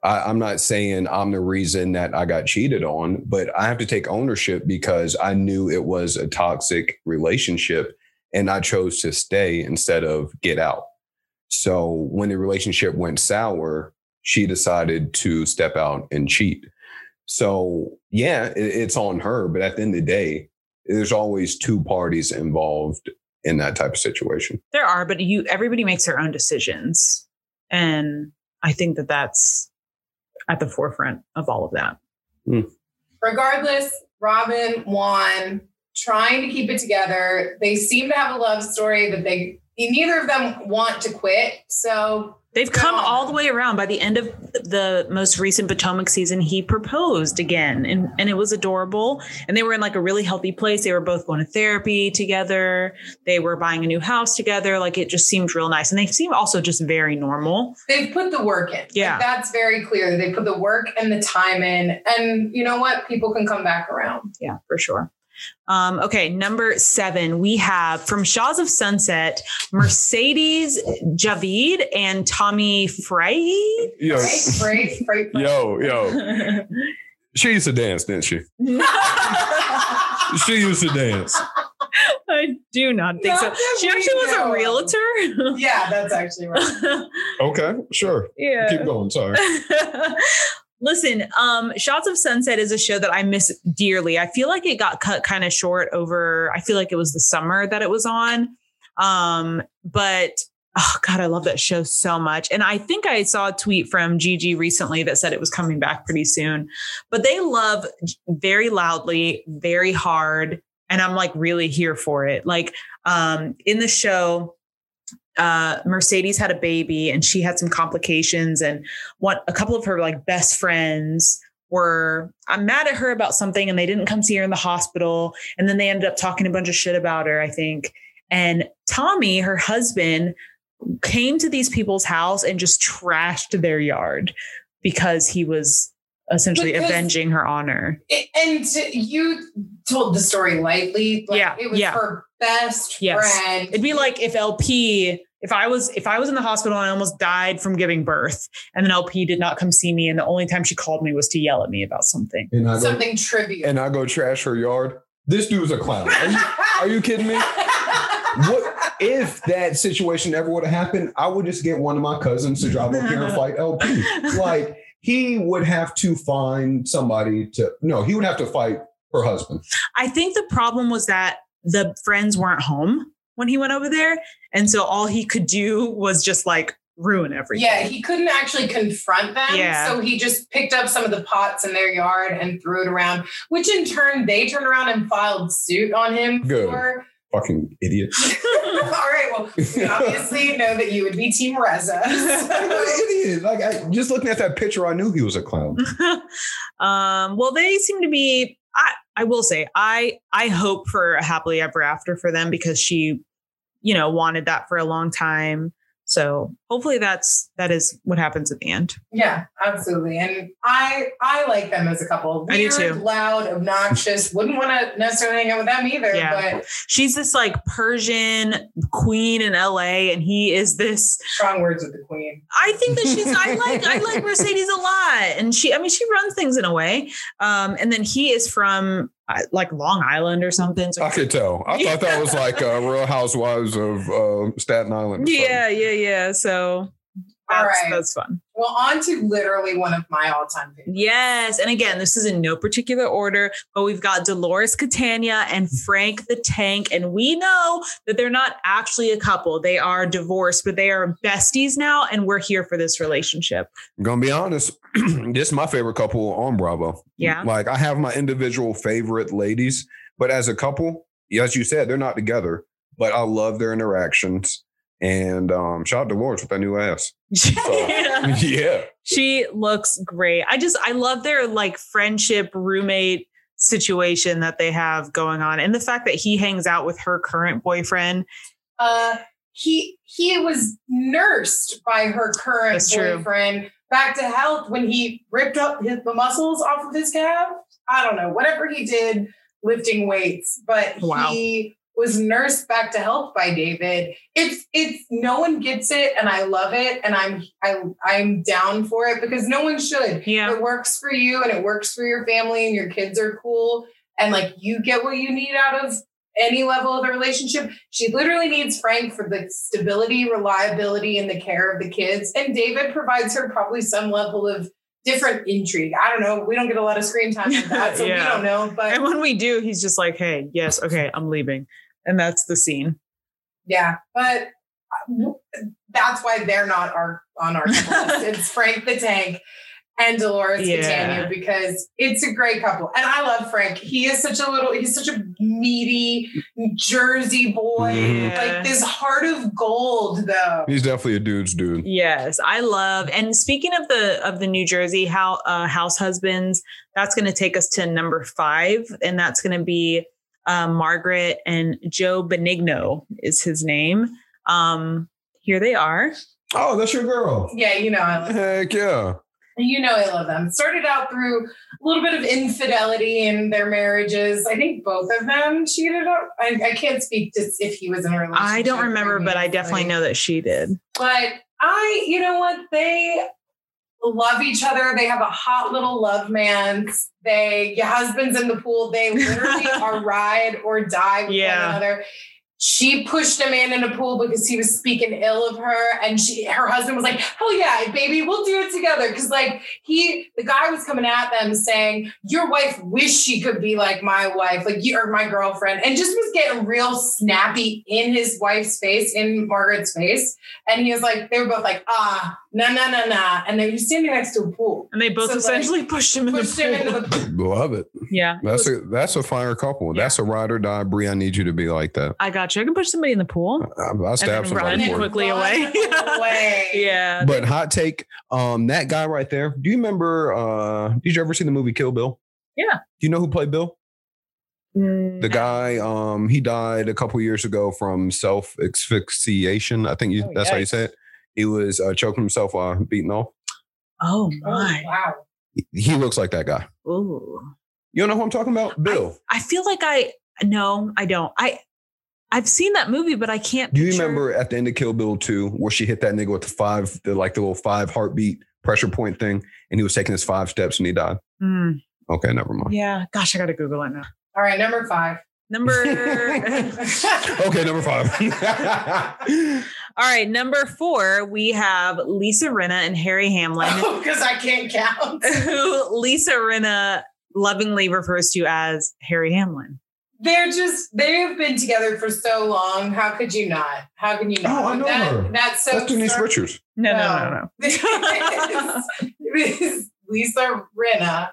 S1: I, I'm not saying I'm the reason that I got cheated on, but I have to take ownership because I knew it was a toxic relationship and I chose to stay instead of get out. So when the relationship went sour, she decided to step out and cheat. So yeah, it, it's on her. But at the end of the day, there's always two parties involved in that type of situation.
S3: there are but you everybody makes their own decisions and i think that that's at the forefront of all of that
S2: regardless, Robin, Juan, trying to keep it together. They seem to have a love story that they neither of them want to quit. So
S3: they've come
S2: Yeah.
S3: all the way around by the end of the most recent potomac season he proposed again and, and it was adorable and they were in like a really healthy place they were both going to therapy together they were buying a new house together like it just seemed real nice and they seem also just very normal
S2: they've put the work in. Like,
S3: Yeah.
S2: that's very clear. They put the work and the time in. And you know what? People can come back around.
S3: yeah for sure um, okay, number seven, we have from Shaws of Sunset, Mercedes Javid and Tommy [laughs] Frey.
S1: Yo,
S2: Right? Right? Right? right.
S1: [laughs] yo, yo. She used to dance, didn't she? She used to dance.
S3: I do not think
S2: Not
S3: so.
S2: that
S3: She
S2: we
S3: actually was
S2: know
S3: a
S2: of. [laughs]
S3: realtor. [laughs]
S2: yeah, that's actually right.
S1: Okay, sure. Keep going. Sorry.
S3: [laughs] Listen, um, Shots of Sunset is a show that I miss dearly. I feel like it got cut kind of short over, I feel like it was the summer that it was on. Um, but oh God, I love that show so much. And I think I saw a tweet from Gigi recently that said it was coming back pretty soon. But they love very loudly, very hard, and I'm like really here for it. Like um, in the show, uh, Mercedes had a baby and she had some complications, and one a couple of her like best friends were I'm mad at her about something, and they didn't come see her in the hospital, and then they ended up talking a bunch of shit about her, I think. And Tommy, her husband, came to these people's house and just trashed their yard because he was essentially
S2: Because-
S3: avenging her honor.
S2: It- and to- you told the story lightly. Like
S3: Yeah,
S2: It was
S3: yeah.
S2: her best
S3: Yes.
S2: friend.
S3: It'd be like if LP, if I was if I was in the hospital and I almost died from giving birth, and then LP did not come see me, and the only time she called me was to yell at me
S2: [laughs]
S3: about something.
S1: And I go
S2: something [laughs] trivial.
S1: and I go trash her yard. This dude's a clown. Are you, are you kidding me? What- If that situation ever would have happened, I would just get one of my cousins to drive up here and fight LP. Like he would have to find somebody to no, he would have to fight her husband.
S3: I think the problem was that the friends weren't home when he went over there, and so all he could do was just like ruin everything.
S2: Yeah, he couldn't actually confront them.
S3: Yeah.
S2: So he just picked up some of the pots in their yard and threw it around, which in turn they turned around and filed suit on him
S1: Good.
S2: for. [laughs]
S1: Fucking [laughs] idiot.
S2: All right, well, we obviously know that you would be Team Reza. [laughs]
S1: What
S2: So-
S1: an idiot. Like I, just looking at that picture, I knew he was a clown.
S3: um, well, they seem to be. I I will say I I hope for a happily ever after for them because she, you know, wanted that for a long time. So hopefully that's that is what happens at the end.
S2: yeah, absolutely. And I I like them as a couple.
S3: I do
S2: Weird,
S3: too.
S2: loud, obnoxious. Wouldn't want to necessarily hang out with them either.
S3: Yeah.
S2: But
S3: She's this like Persian queen in LA, and he is this
S2: strong words with the queen.
S3: I think that she's I like I like Mercedes a lot, and she I mean she runs things in a way. Um, and then he is from uh, like Long Island or something. So
S1: I could tell. I thought that was like uh, Real Housewives of uh, Staten Island. or something.
S3: yeah, yeah, yeah. So that's
S2: All right.
S3: that's fun.
S2: Well, on to literally one of my all time favorites.
S3: Yes, and again, this is in no particular order, but we've got Dolores Catania and Frank the Tank, and we know that they're not actually a couple. They are divorced, but they are besties now, and we're here for this relationship. [laughs]
S1: I'm gonna be honest. [clears throat] this is my favorite couple on Bravo.
S3: Yeah.
S1: Like I have my individual favorite ladies, but as a couple, as you said, they're not together. But I love their interactions. And um, shout out to Lawrence with that new ass.
S3: Yeah.
S1: yeah.
S3: She looks great. I just I love their like friendship roommate situation that they have going on and the fact that he hangs out with her current boyfriend.
S2: uh, he he was nursed by her current
S3: That's true.
S2: boyfriend back to health when he ripped up his, the muscles off of his calf. I don't know whatever he did lifting weights, but
S3: Wow.
S2: he was nursed back to health by David. It's it's no one gets it, and I love it, and I'm I I'm down for it because no one should.
S3: Yeah.
S2: It works for you and it works for your family and your kids are cool and like you get what you need out of any level of a relationship. She literally needs Frank for the stability, reliability, and the care of the kids. And David provides her probably some level of different intrigue. I don't know. We don't get a lot of screen time in that, so
S3: [laughs] Yeah.
S2: we don't know.
S3: And
S2: But
S3: when we do, he's just like, "Hey, yes, okay, I'm leaving." And that's the scene.
S2: yeah, but uh, that's why they're not our on our
S3: [laughs]
S2: list. It's Frank the Tank. And Dolores
S3: Yeah.
S2: Catania because it's a great couple, and I love Frank. He is such a little—he's such a meaty Jersey boy,
S1: Mhm.
S2: like this heart of gold, though.
S1: He's definitely a dude's dude.
S3: Yes, I love. And speaking of the of the New Jersey how uh, house husbands, that's going to take us to number five, and that's going to be uh, Margaret and Joe Benigno is his name. Um, here they are.
S1: Oh, that's your girl.
S2: Yeah, you know I love
S1: Heck yeah.
S2: you know I love them. Started out through a little bit of infidelity in their marriages. I think both of them cheated up. I, I can't speak to if he was in a relationship.
S3: I don't remember, but I
S2: previously.
S3: definitely know that she did.
S2: But I, you know what? They love each other. They have a hot little love man's. They your husband's in the pool. They literally are ride or die with
S3: Yeah.
S2: one another. she pushed a man in a pool because he was speaking ill of her and she her husband was like hell yeah baby we'll do it together because like he the guy was coming at them saying your wife wish she could be like my wife like you or my girlfriend and just was getting real snappy in his wife's face in margaret's face and he was like they were both like ah nah nah nah nah and they were standing next to a pool
S3: And they both
S2: So, like,
S3: essentially pushed him in the
S2: pushed him into
S3: pool.
S2: the [laughs] pool
S1: Love it.
S3: yeah.
S1: That's a that's a fire couple.
S3: Yeah.
S1: That's a ride or die. Brie, I need you to be like that.
S3: I got you. I can push somebody in the pool.
S1: I, I
S3: then
S1: stab
S3: run
S1: somebody for it.
S2: [laughs]
S3: quickly away.
S2: away
S3: [laughs] Yeah.
S1: But hot take, um, that guy right there. Do you remember? Uh, did you ever see the movie Kill Bill?
S3: Yeah.
S1: Do you know who played Bill?
S3: Mm,
S1: The guy, um, he died a couple years ago from self asphyxiation. I think you,
S3: Oh,
S1: that's how you
S3: yikes.
S1: say it. He was uh, choking himself while beaten off.
S3: Oh
S2: oh,
S3: my.
S2: wow
S1: He- He looks like that guy.
S3: Ooh.
S1: You don't know who I'm talking about? Bill.
S3: I feel like I no, I don't. I I've seen that movie, but I can't.
S1: Do you
S3: picture-
S1: remember at the end of Kill Bill 2 where she hit that nigga with the five, the like the little five heartbeat pressure point thing, and he was taking his five steps and he died?
S3: Mm,
S1: Okay, never mind.
S3: yeah. Gosh, I gotta Google it now.
S2: all right number five [laughs]
S1: [laughs]
S3: Number. [laughs]
S1: Okay, number five. [laughs] I
S3: All right, number four, we have Lisa Rinna and Harry
S1: [laughs]
S3: Hamlin,
S2: because I can't count.
S3: who Lisa Rinna lovingly refers to as Harry Hamlin.
S2: They're just they've been together for so long. How could you not? How can you not?
S1: Oh, I know
S2: that,
S1: her.
S2: That's so.
S1: That's Denise Richards.
S3: No,
S2: no. [laughs] this is Lisa Rinna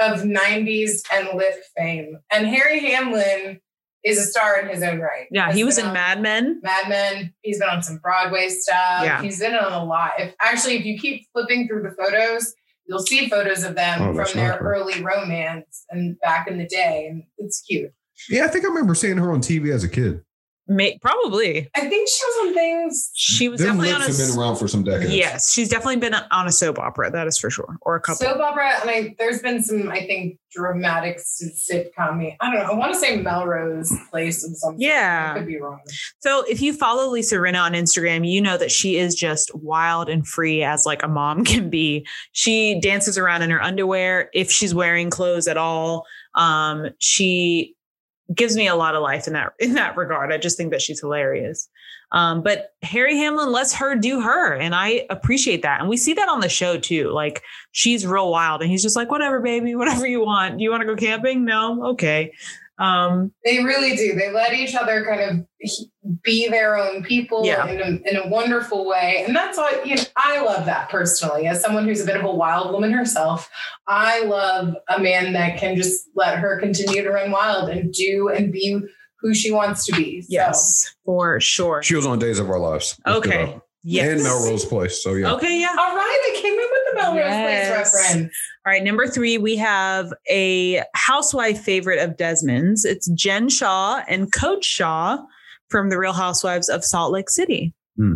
S2: of '90s and Lip fame, and Harry Hamlin is a star in his own right.
S3: yeah,
S2: Has
S3: he
S2: been
S3: was in
S2: on
S3: Mad Men.
S2: Mad Men. He's been on some Broadway stuff.
S3: Yeah.
S2: He's been on a lot. If actually, if you keep flipping through the photos, you'll see photos of them
S1: Oh, that's
S2: from their
S1: not her.
S2: early romance and back in the day, and it's cute.
S1: Yeah, I think I remember seeing her on TV as a kid.
S3: May, probably.
S2: I think she was on things.
S3: She was
S1: Them
S3: definitely on a.
S1: lips have been around for some decades.
S3: Yes, she's definitely been on a soap opera, that is for sure, or a couple.
S2: Soap opera, and I, there's been some, I think, dramatic s- sitcom. I don't know. I want to say Melrose Place and something.
S3: Yeah.
S2: I could be wrong.
S3: So if you follow Lisa Rinna on Instagram, you know that she is just wild and free as like a mom [laughs] can be. She dances around in her underwear if she's wearing clothes at all. Um, she gives me a lot of life in that in that regard. I just think that she's hilarious. Um, but Harry Hamlin lets her do her, and I appreciate that. And we see that on the show too. Like she's real wild, and he's just like, "Whatever, baby, whatever you want. You want to go camping? No, okay." Um,
S2: They really do. They let each other kind of be their own people
S3: Yeah.
S2: in, a, in a wonderful way. And that's all, you know, I love that personally. As someone who's a bit of a wild woman herself, I love a man that can just let her continue to run wild and do and be who she wants to be. So,
S3: yes, for sure.
S1: She was on Days of Our Lives. Look it
S3: Okay.
S1: up.
S3: Yes.
S1: And Melrose Place. So yeah.
S3: Okay, yeah.
S2: All right, I came in with the Melrose
S3: Yes.
S2: Place reference.
S3: All right, number three, we have a housewife favorite of Desmond's. It's Jen Shaw and Coach Shaw from The Real Housewives of Salt Lake City.
S2: Do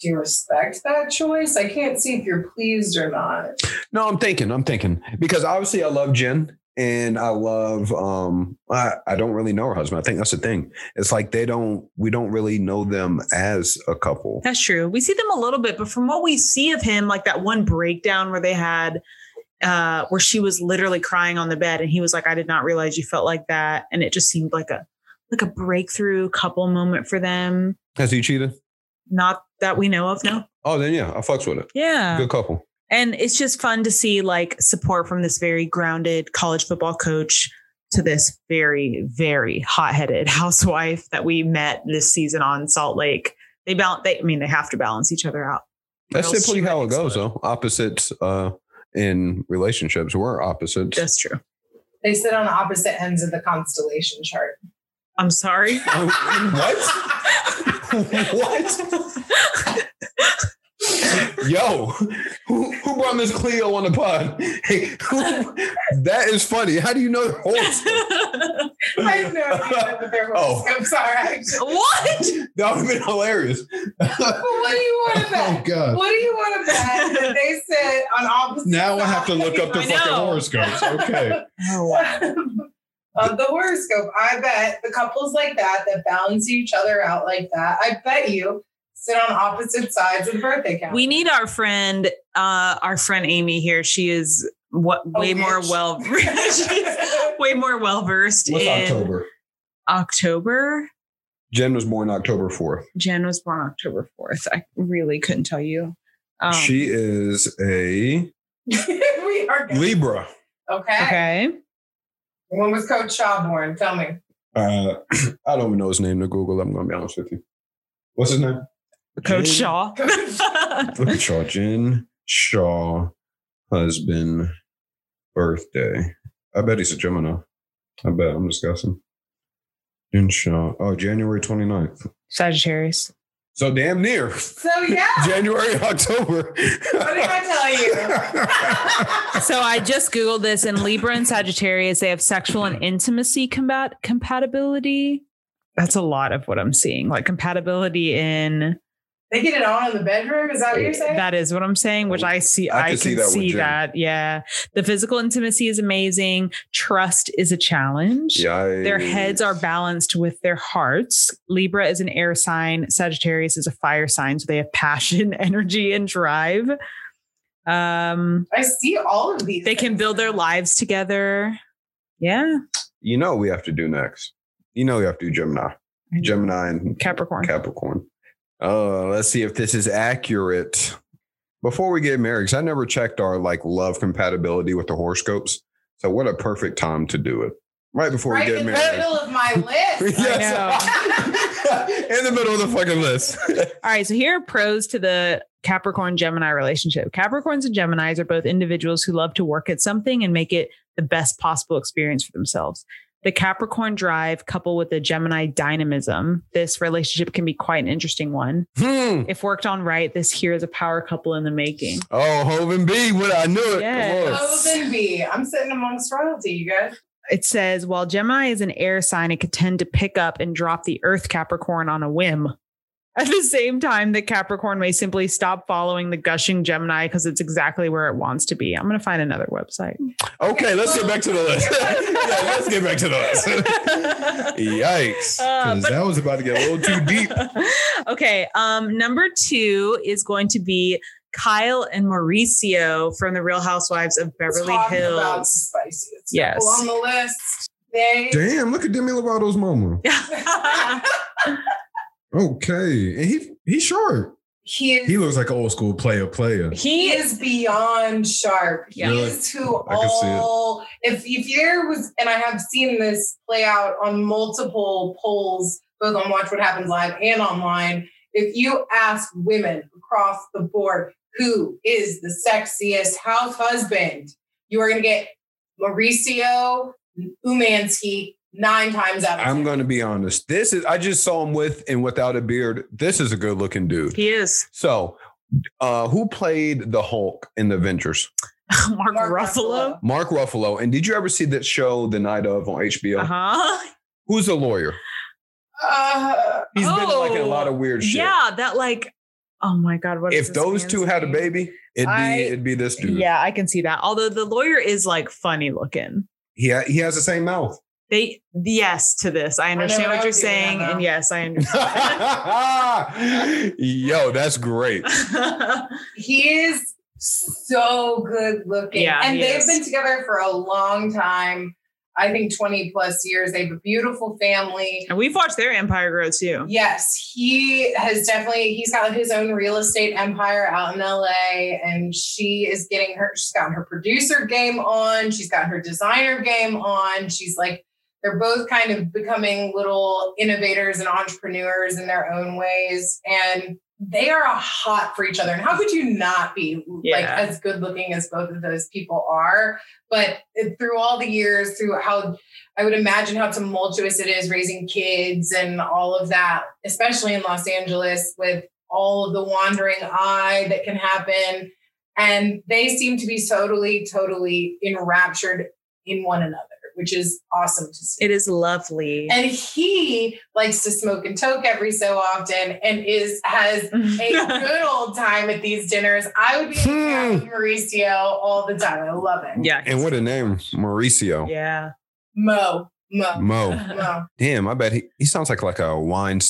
S2: you respect that choice? I can't see if you're pleased or not.
S1: No, I'm thinking. I'm thinking because obviously I love Jen and I love um I, I don't really know her husband. I think that's the thing. It's like they don't we don't really know them as a couple.
S3: That's true. We see them a little bit, but from what we see of him, like that one breakdown where they had, uh, where she was literally crying on the bed, and he was like, "I did not realize you felt like that," and it just seemed like a like a breakthrough couple moment for them.
S1: Has he cheated?
S3: Not that we know of, no.
S1: Oh then yeah, I fucks with it.
S3: Yeah.
S1: Good couple.
S3: And it's just fun to see like support from this very grounded college football coach to this very, very hot-headed [laughs] housewife that we met this season on Salt Lake. They balance. They, I mean, they have to balance each other out.
S1: That's
S3: Or else
S1: simply
S3: she
S1: how it
S3: might
S1: goes
S3: explode.
S1: though. Opposites uh in relationships. We're opposites. [laughs]
S3: That's true.
S2: They sit on opposite ends of the constellation chart.
S1: [laughs]
S3: I'm sorry. [laughs]
S1: Oh, what? what? Yo, who, who brought Miss Cleo on the pod? Hey, who, that is funny. How do you know the horse?
S2: I have no idea what their
S1: Oh.
S2: horoscopes are. Actually.
S3: what?
S1: That would have been hilarious.
S2: But what do you
S1: [laughs]
S2: want to bet?
S1: Oh, god.
S2: What do you want to bet? that They sit on opposite.
S3: I [laughs] know.
S1: horoscopes.
S3: Oh,
S2: [laughs] Of the horoscope, I bet the couples like that that balance each other out like that. I bet you sit on opposite sides of the birthday count.
S3: We need our friend, uh, our friend Amy here. She is what
S2: A
S3: way more
S2: witch.
S3: well, [laughs] she's way more well versed in October.
S1: Jen was born October 4th.
S3: Jen was born October 4th. I really couldn't tell you. Um,
S1: she is a
S2: [laughs] we are good.
S1: Libra.
S2: Okay.
S3: okay.
S2: When was Coach Shaw born? Tell me.
S1: Uh, [clears throat] I don't even know his name to Google. I'm going to be honest with you. What's his name?
S3: Coach
S1: Jen-
S3: Shaw.
S1: Look at Shaw. Jen Shaw, husband, birthday. I bet he's a Gemini. I bet. I'm just guessing. Jen Shaw. Oh, January 29th.
S3: Sagittarius.
S1: So damn near. [laughs]
S2: So yeah.
S1: January, October. [laughs]
S2: what did I tell you?
S3: So I just Googled this and Libra and Sagittarius, they have sexual and intimacy combat compatibility. That's a lot of what I'm seeing. Like compatibility in
S2: they get it on in the bedroom. Is that what you're saying?
S3: That is what I'm saying, which I see.
S1: I
S3: I,
S1: can
S3: can
S1: see
S3: see,
S1: that
S3: that,
S1: with Jen.
S3: Yeah. The physical intimacy is amazing. Trust is a challenge.
S1: Yikes.
S3: Their heads are balanced with their hearts. Libra is an air sign. Sagittarius is a fire sign. So they have passion, [laughs] energy, and drive. Um,
S2: I see all of these.
S3: they can build their lives together. Yeah.
S1: You know what we have to do next. You know we have to do Gemini. Gemini and
S3: Capricorn.
S1: Capricorn. Uh, let's see if this is accurate. Before we get married, 'cause I never checked our like love compatibility with the horoscopes. So what a perfect time to do it. Right before
S2: right
S1: we
S2: in
S1: get
S2: the
S1: married.
S2: middle of my
S1: [laughs]
S2: list.
S1: in the middle of the fucking list. [laughs]
S3: All right, so here are pros to the Capricorn Gemini relationship. Capricorns and Geminis are both individuals who love to work at something and make it the best possible experience for themselves. The Capricorn drive, coupled with the Gemini dynamism, this relationship can be quite an interesting one.
S1: hmm.
S3: If worked on right, this here is a power couple in the making.
S1: Oh, Hove and B, what I knew it.
S3: Yes.
S1: Come on.
S2: O's and B. I'm sitting amongst royalty, you guys.
S3: It says while Gemini is an air sign, it could tend to pick up and drop the Earth Capricorn on a whim. [laughs] At the same time, the Capricorn may simply stop following the gushing Gemini because it's exactly where it wants to be. I'm going to find another website. [laughs]
S2: Oh.
S1: Okay, let's get back to the list. [laughs] yeah, let's get back to the list. [laughs] Yikes.
S3: Uh,
S1: 'Cause
S3: but-
S1: that was about to get a little too
S2: [laughs]
S1: deep.
S3: okay. Um, number two is going to be Kyle and Mauricio from the Real Housewives of Beverly
S2: Talk About
S3: Hills.
S2: [laughs]
S3: [laughs]
S2: spicy. It's
S3: Yes.
S2: couple on the list. They.
S1: Damn, look at Demi Lovato's mama. Okay. And he he's short.
S2: he is.
S1: He looks like an old school player player.
S2: He is beyond sharp.
S3: Yeah.
S2: He is who
S1: I can see it.
S2: all if if there was and I have seen this play out on multiple polls, both on Watch What Happens Live and online. If you ask women across the board who is the sexiest house husband, you are gonna get Mauricio Umansky nine times out of
S1: I'm
S2: 10.
S1: gonna be honest. This is I just saw him with and without a beard. This is a good looking dude.
S3: he is
S1: So uh who played the Hulk in the Ventures?
S3: [laughs] Mark,
S2: Mark
S3: Ruffalo.
S1: Mark Ruffalo. And did you ever see that show The Night of on HBO?
S3: Uh huh.
S1: Who's a lawyer?
S2: Uh,
S1: He's been like in a
S3: Oh,
S1: lot of weird shit.
S3: Yeah, that like, oh my god, what? is
S1: If
S3: this
S1: those
S3: man's
S1: two had a
S3: name?
S1: baby, it'd be
S3: I-
S1: it'd be this dude.
S3: yeah, I can see that. Although the lawyer is like funny looking.
S1: He ha- he has the same mouth. [laughs]
S3: They yes to this. I understand
S2: never
S3: what you're
S2: argued with
S3: saying,
S2: that,
S3: and
S2: though.
S3: yes, I understand.
S1: Yo, that's great. [laughs]
S2: He is so good looking.
S3: Yeah,
S2: and
S3: he
S2: they've
S3: is.
S2: been together for a long time. I think 20 plus years. They have a beautiful family.
S3: [laughs] and we've watched their empire grow too.
S2: Yes, he has definitely he's got his own real estate empire out in LA and she is getting her she's got her producer game on, she's got her designer game on. She's like they're both kind of becoming little innovators and entrepreneurs in their own ways and they are a hot for each other. And how could you not be like
S3: Yeah.
S2: as good looking as both of those people are? But through all the years, through how I would imagine how tumultuous it is raising kids and all of that, especially in Los Angeles with all of the wandering eye that can happen. And they seem to be totally, totally enraptured in one another, which is awesome to see.
S3: It is lovely.
S2: And he likes to smoke and toke every so often and is has
S3: [laughs]
S2: a good old time at these dinners. I would be
S1: Hmm.
S2: with Mauricio all the time. I love it.
S3: yeah,
S1: And what a name, Mauricio.
S3: yeah.
S2: Mo, Mo,
S1: Mo.
S2: Mo.
S1: Damn, I bet he, he sounds like like a wine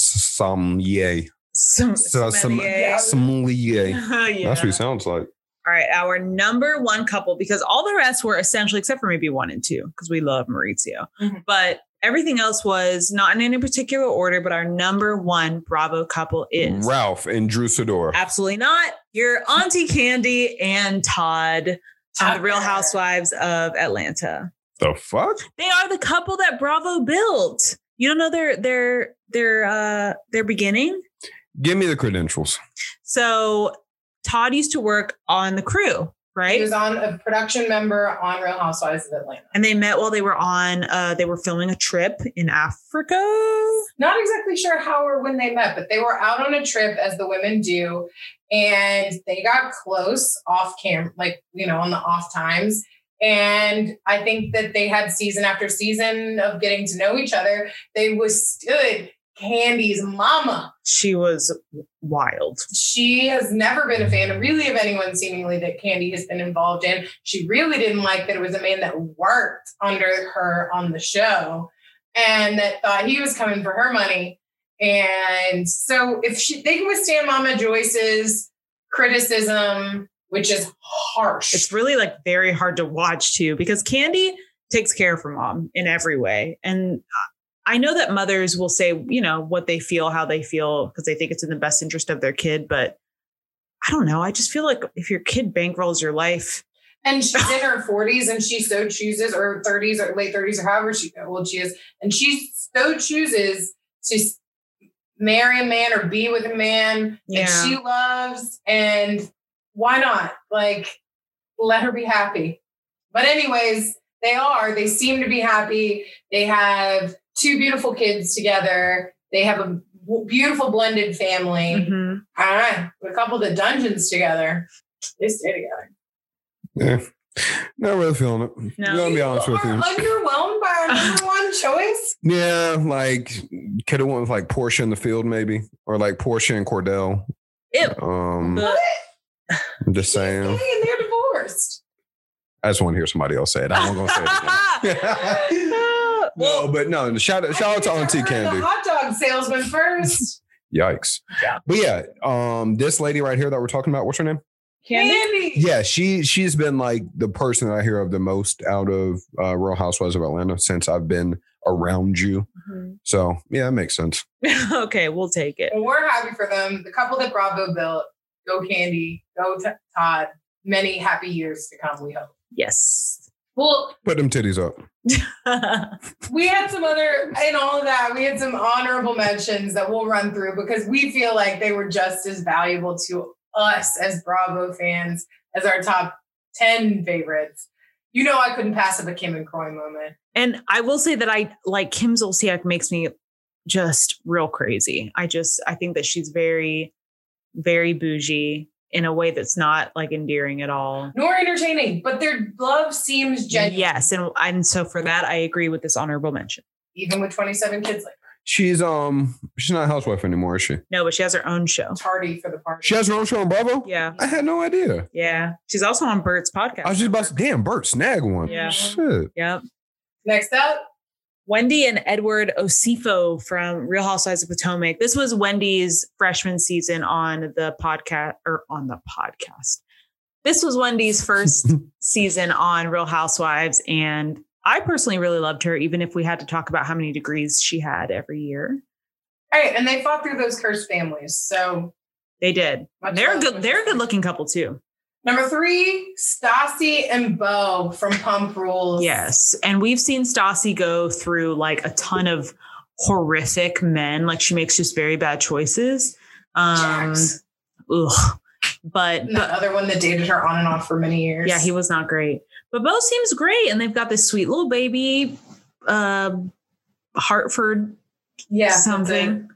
S1: sommelier.
S3: Some,
S1: So some-
S3: sommelier.
S1: Sommelier.
S3: [laughs]
S1: [laughs]
S3: Yeah.
S1: That's what he sounds like.
S3: All right, our number one couple, because all the rest were essentially, except for maybe one and two, because we love Maurizio.
S2: Mhm.
S3: But Everything else was not in any particular order, but our number one Bravo couple is
S1: Ralph and Drew Sidor.
S3: absolutely not your Auntie Candy and Todd on The Real Housewives of Atlanta.
S1: The fuck?
S3: They are the couple that Bravo built. You don't know their their their uh their beginning.
S1: Give me the credentials.
S3: So Todd used to work on the crew,
S2: He
S3: right?
S2: was on a production member on Real Housewives of Atlanta.
S3: And they met while they were on uh they were filming a trip in Africa.
S2: Not exactly sure how or when they met, but they were out on a trip as the women do, and they got close off cam, like you know, on the off times. And I think that they had season after season of getting to know each other. They withstood Candy's mama.
S3: She was wild.
S2: she has never been a fan of really of anyone seemingly that Candy has been involved in. She really didn't like that it was a man that worked under her on the show and that thought he was coming for her money. And so if she they can withstand Mama Joyce's criticism, which is harsh.
S3: It's really like very hard to watch too because Candy takes care of her mom in every way. And I know that mothers will say, you know, what they feel, how they feel, because they think it's in the best interest of their kid. But I don't know. I just feel like if your kid bankrolls your life,
S2: and she's in her 40s and she so chooses or 30s or late 30s or however she how old she is and she so chooses to s- marry a man or be with a man that
S3: Yeah.
S2: she loves and why not like let her be happy but anyways they are they seem to be happy they have two beautiful kids together they have a w- beautiful blended family
S3: Mm-hmm.
S2: All right a couple that dungeons together they stay together
S1: Yeah. Not really feeling it.
S3: No.
S1: I'm gonna be honest
S2: People
S1: with you.
S2: are
S3: [laughs]
S2: underwhelmed by our number one choice.
S1: Yeah, like could have went with like Portia in the field, maybe, or like Portia and Cordell.
S3: Ew. [laughs]
S1: Um,
S3: But
S1: I'm just
S2: And
S1: saying.
S2: they're divorced.
S1: I just want to hear somebody else say it. I'm not gonna say
S3: [laughs]
S1: it. Again. [laughs] no,
S3: well,
S1: but no. Shout out, shout out to
S2: I
S1: Auntie
S2: heard
S1: Candy.
S2: The hot dog salesman first.
S1: Yikes.
S2: Yeah.
S1: But yeah, um, this lady right here that we're talking about, what's her name?
S3: Candy.
S1: Yeah, she she's been like the person that I hear of the most out of uh, Real Housewives of Atlanta since I've been around you. So yeah, that makes sense.
S3: [laughs] okay, we'll take it.
S2: Well, we're happy for them. The couple that Bravo built. Go Candy. Go T- Todd. Many happy years to come, we hope.
S3: Yes. [laughs]
S2: Well,
S1: Put them titties up.
S2: we had some other, in all of that, we had some honorable mentions that we'll run through because we feel like they were just as valuable to us as Bravo fans as our top 10 favorites. You know, I couldn't pass up a Kim and Croy moment.
S3: and I will say that I like Kim Zolciak makes me just real crazy. I just I think that she's very, very bougie in a way that's not like endearing at all.
S2: Nor entertaining, but their love seems genuine,
S3: Yes, and and so for that I agree with this honorable mention.
S2: even with 27 kids like
S1: She's um she's not a housewife anymore, is she?
S3: No, but she has her own show.
S2: tardy for the party.
S1: She has her own show on Bravo.
S3: Yeah,
S1: I had no idea.
S3: yeah. She's also on Bert's podcast.
S1: I was just about to damn Bert snag one.
S3: Yeah.
S1: Shit.
S3: yep.
S2: Next up,
S3: Wendy and Edward Osifo from Real Housewives of Potomac. This was Wendy's freshman season on the podcast or on the podcast. This was Wendy's first season on Real Housewives. And I personally really loved her, even if we had to talk about how many degrees she had every year.
S2: all right, and they fought through those cursed families. So
S3: They did.
S2: much
S3: They're a
S2: love.
S3: good, they're a good looking couple too.
S2: Number three, Stassi and Bo from Pump Rules.
S3: Yes. And we've seen Stassi go through like a ton of horrific men. Like she makes just very bad choices. Um,
S2: Jax.
S3: ugh. But,
S2: And that other one that dated her on and off for many years.
S3: yeah, he was not great. But Bo seems great. And they've got this sweet little baby, um, Hartford.
S2: yeah that's
S3: something.
S2: it.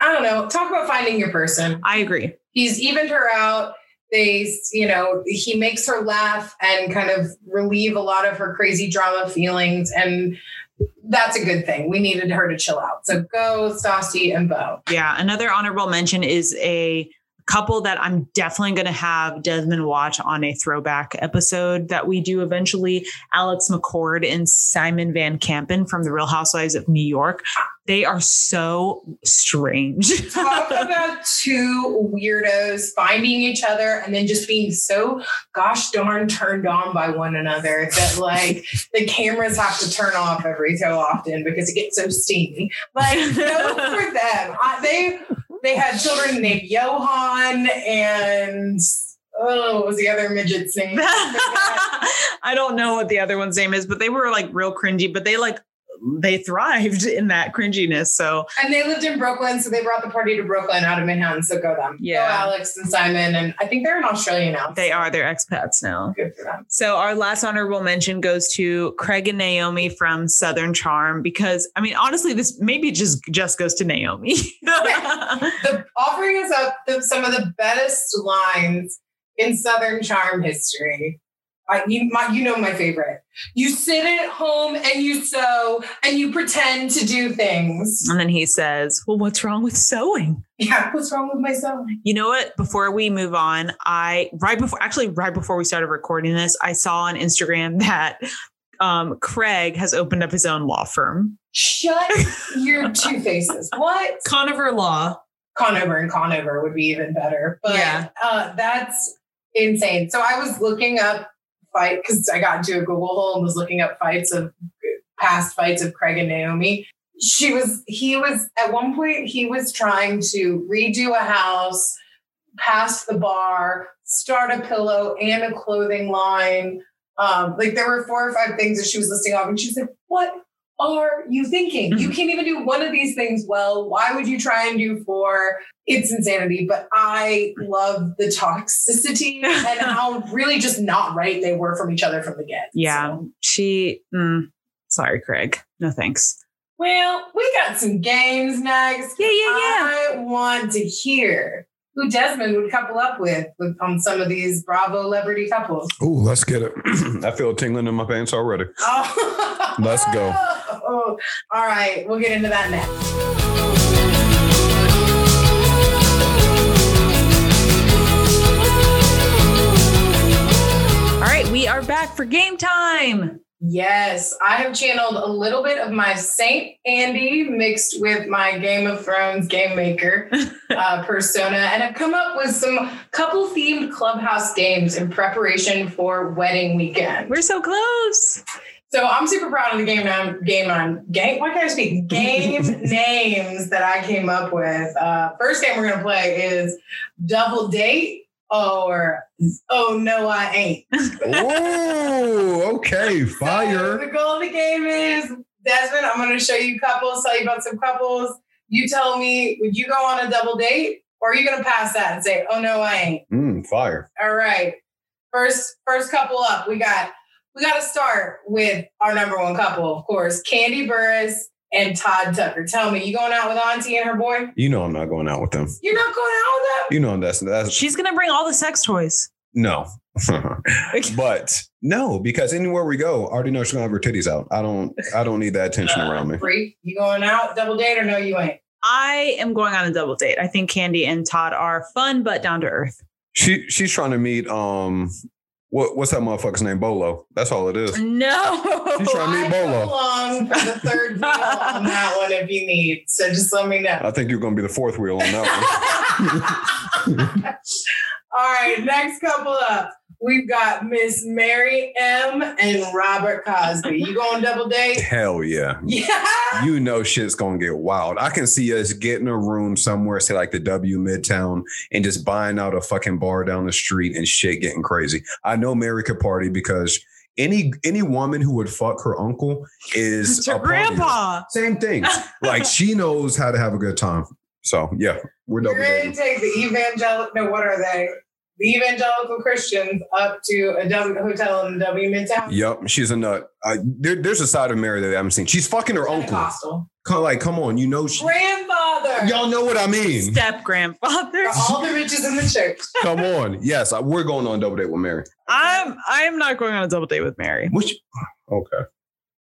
S2: I don't know. Talk about finding your person.
S3: I agree.
S2: he's evened her out. They, you know, he makes her laugh and kind of relieve a lot of her crazy drama feelings. And that's a good thing. We needed her to chill out. So go, Stassi and Bo.
S3: Yeah. Another honorable mention is a couple that I'm definitely going to have Desmond watch on a throwback episode that we do eventually. Alex McCord and Simon Van Campen from The Real Housewives of New York. They are so
S2: [laughs]
S3: strange. [laughs]
S2: Talk about two weirdos finding each other and then just being so gosh darn turned on by one another that like the cameras have to turn off every so often because it gets so steamy. Like,
S3: [laughs]
S2: no for them. I, they they had children named Johan and oh, what was the other midget's name?
S3: [laughs] I don't know what the other one's name is, but they were like real cringy, but they like they thrived in that cringiness. So
S2: and they lived in Brooklyn, so they brought the party to Brooklyn out of Manhattan. So go them.
S3: Yeah.
S2: Go Alex and Simon. And I think they're in Australia now.
S3: they are they're expats now.
S2: Good for them.
S3: So our last honorable mention goes to Craig and Naomi from Southern Charm because I mean honestly this maybe it just just goes to Naomi. [laughs]
S2: The offering us up the, some of the best lines in Southern Charm history. I, you, my, you know my favorite. You sit at home and you sew and you pretend to do things.
S3: and then he says, "Well, what's wrong with sewing?"
S2: Yeah, what's wrong with my sewing?
S3: You know what? Before we move on, I right before actually right before we started recording this, I saw on Instagram [laughs] that um, Craig has opened up his own law firm,
S2: Shut your two faces. What?
S3: Conover Law.
S2: Conover and Conover would be even better. But
S3: Yeah.
S2: uh, that's insane. So I was looking up fight because I got into a Google hole and was looking up fights of past fights of Craig and Naomi. She was, he was at one point, he was trying to redo a house, pass the bar, start a pillow and a clothing line. Um, like there were four or five things that she was listing off, and she was like, What are you thinking? You can't even do one of these things well. Why would you try and do four? It's insanity, but I love the toxicity and how really just not right they were from each other from the get.
S3: Yeah,
S2: So,
S3: she. Mm, sorry, Craig. No thanks.
S2: well, we got some games next.
S3: Yeah, yeah,
S2: I
S3: yeah.
S2: want to hear who Desmond would couple up with, with on some of these Bravo celebrity couples. [laughs]
S1: Ooh, let's get it. [clears throat] I feel a tingling in my pants already.
S2: Oh.
S1: Let's go.
S2: Oh. All right, we'll get into that next.
S3: All right, we are back for game time.
S2: Yes, I have channeled a little bit of my Saint Andy mixed with my Game of Thrones game
S3: [laughs]
S2: maker uh, persona, and I've come up with some couple themed clubhouse games in preparation for wedding weekend.
S3: We're so close.
S2: So I'm super proud of the game name, game on game. Why can't I speak? Game names that I came up with. Uh, first game we're gonna play is Double Date or Oh No I Ain't. [laughs]
S1: Ooh, okay,
S2: So
S1: fire.
S2: the goal of the game is Desmond, I'm going to show you couples, tell you about some couples. You tell me, would you go on a double date or are you going to pass that and say, oh no, I ain't?
S1: Mm, fire.
S2: All right. First, first couple up. We got, we got to start with our number one couple, of course, Candy Burris and Todd Tucker. Tell me, you going out with Auntie and her boy?
S1: You know I'm not going out with them.
S2: You're not going out with them?
S1: You know that's that's
S3: She's gonna bring all the sex toys. [laughs]
S1: no. but no, because anywhere we go, I already know she's gonna have her titties out. I don't I don't need that attention around me.
S2: Free. You going out double date or no, you ain't?
S3: I am going on a double date. I think Candy and Todd are fun but down to earth.
S1: She she's trying to meet um what what's that motherfucker's name? Bolo. That's all it is.
S3: No. [laughs]
S1: She's trying to
S2: I
S1: meet
S2: come
S1: Bolo.
S2: along for the third wheel on that one if you need. So just let
S1: [laughs]
S2: me know.
S1: I think you're gonna be the fourth wheel on that
S2: All right, next couple up. We've got Miss Mary M and Robert Cosby. You going double
S3: [laughs]
S1: one.
S2: date?
S1: Hell [laughs] yeah.
S2: Yeah.
S1: You know shit's gonna get wild. I can see us getting a room somewhere, say like the W Midtown, and just buying out a fucking bar down the street and shit getting crazy. I know Mary could party because any any woman who would fuck her uncle is
S3: It's your
S1: a party.
S3: grandpa.
S1: Same thing. like she knows how to have a good time. So yeah, we're
S2: You're
S1: double
S2: going to
S1: dating.
S2: take the evangelical, no, what are they? The evangelical Christians up to a W hotel in the W Midtown.
S1: Yep, she's a nut. I, there, there's a side of Mary that I haven't seen. She's fucking her uncle.
S2: Pentecostal.
S1: Come, like, come on, you know, she,
S2: Grandfather.
S1: y'all know what I
S3: [laughs]
S1: mean.
S3: Step grandfather.
S2: For [laughs] all the riches in the church.
S1: Come on, yes, I, we're going on double date with Mary.
S3: I'm I am not going on a double date with
S2: [laughs]
S3: Mary.
S1: Which, okay,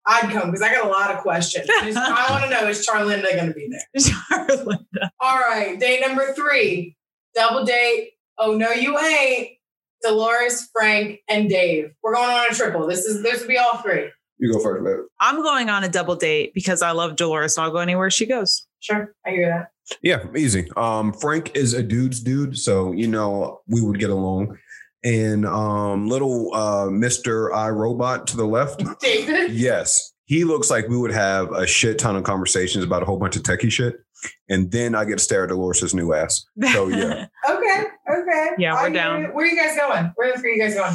S2: I'd come because I got a lot
S1: [laughs]
S2: of questions. And it's- I want to know is Charlinda going to be there?
S3: Charlotte.
S2: All right, day number three. Double date. Oh no, you ain't. Dolores, Frank, and Dave. We're going on a triple. This is this would be all three.
S1: You go first, babe.
S3: I'm going on a double date because I love Dolores and I'll go anywhere she goes.
S2: Sure, I hear that.
S1: Yeah, easy. Um, Frank is a dude's dude, so you know we would get along. And um, little uh, Mister iRobot to the left.
S2: David,
S1: Yes, he looks like we would have a shit ton of conversations about a whole bunch of techie shit, and then I get to stare at Dolores' new ass.
S2: Oh,
S1: So, yeah.
S2: okay, okay.
S3: Yeah, we're
S2: I hear
S3: down.
S2: it. Where are you guys going? Where are the three of you guys going?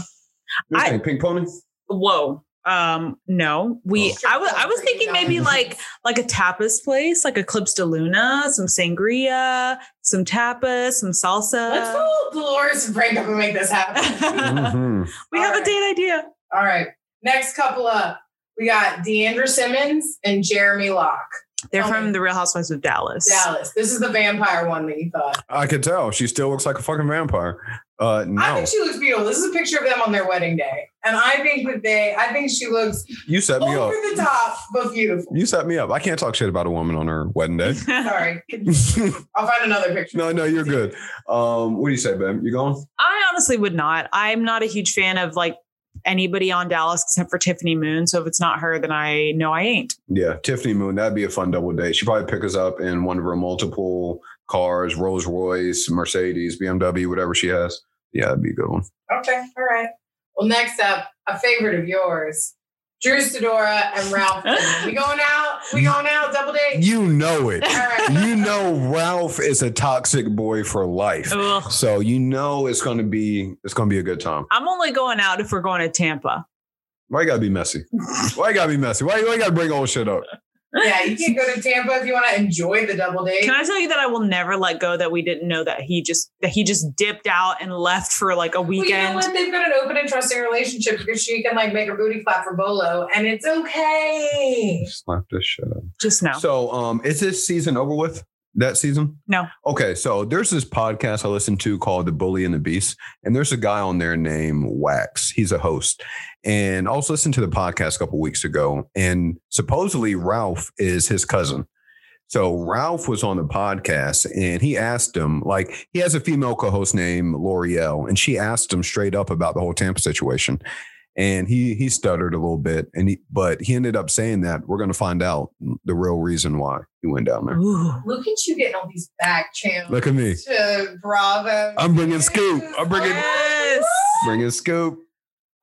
S1: This
S3: I-
S1: thing, pink pony.
S3: [laughs] Whoa. Um, no,
S2: Oh.
S3: we, I was, I was thinking maybe like, like a tapas place, like Eclipse de Luna, some sangria, some tapas, some salsa.
S2: Let's call Dolores and break up and make this happen.
S1: Mhm.
S3: [laughs] we have
S2: All
S3: a
S2: right.
S3: date idea.
S2: All right. Next couple up. We got Deandra Simmons and Jeremy Locke.
S3: They're
S2: Okay.
S3: from the Real Housewives of Dallas.
S2: Dallas. This is the vampire one that you thought.
S1: I could tell she still looks like a fucking vampire. Uh,
S2: I
S1: no,
S2: think she looks beautiful. This is a picture of them on their wedding day. And I think that they, I think she looks
S1: you set me up.
S2: over the top, but beautiful.
S1: You set me up. I can't talk shit about a woman on her wedding day. [laughs]
S3: [laughs]
S2: Sorry. I'll find another picture.
S1: no, no, you're good. Um, what do you say, babe? You going?
S3: I honestly would not. I'm not a huge fan of like anybody on Dallas except for Tiffany Moon. So if it's not her, then I know I ain't.
S1: Yeah, Tiffany Moon. That'd be a fun double date. She'd probably pick us up in one of her multiple cars, Rolls Royce, Mercedes, BMW, whatever she has. Yeah, that'd be a good one.
S2: Okay. All right. Well, next up, a favorite of yours. Drew Sidora and
S1: [laughs]
S2: Ralph. Fiennes. we going out? We going out? Double date?
S1: You know it.
S2: All right.
S1: You know Ralph is a toxic boy for life.
S3: Ugh.
S1: So you know it's gonna be it's gonna be a good time.
S3: I'm only going out if we're going to Tampa.
S1: Why you gotta be messy? Why you gotta be messy? Why, why you gotta bring old shit up?
S2: Yeah, you can go to Tampa if you want to enjoy the double date.
S3: Can I tell you that I will never let go that we didn't know that he just that he just dipped out and left for like a
S2: Well, you know
S3: weekend.
S2: what? They've got an open and trusting relationship because she can like make a booty clap for Bolo, and it's okay.
S1: Slap this shit up.
S3: just now.
S1: So, um, is this season over with? That season?
S3: No.
S1: Okay, so there's this podcast I listen to called The Bully and the Beast, and there's a guy on there named Wax. He's a host, and I was listening to the podcast a couple weeks ago, and supposedly Ralph is his cousin. So Ralph was on the podcast, and he asked him, like, he has a female co-host named L'Oreal, and she asked him straight up about the whole Tampa situation and he he stuttered a little bit and he but he ended up saying that we're going to find out the real reason why he went down there
S3: Ooh.
S2: Look at you getting all these back channels
S1: look at me
S2: to Bravo.
S1: I'm bringing scoop. I'm bringing-
S3: Yes.
S1: bring a scoop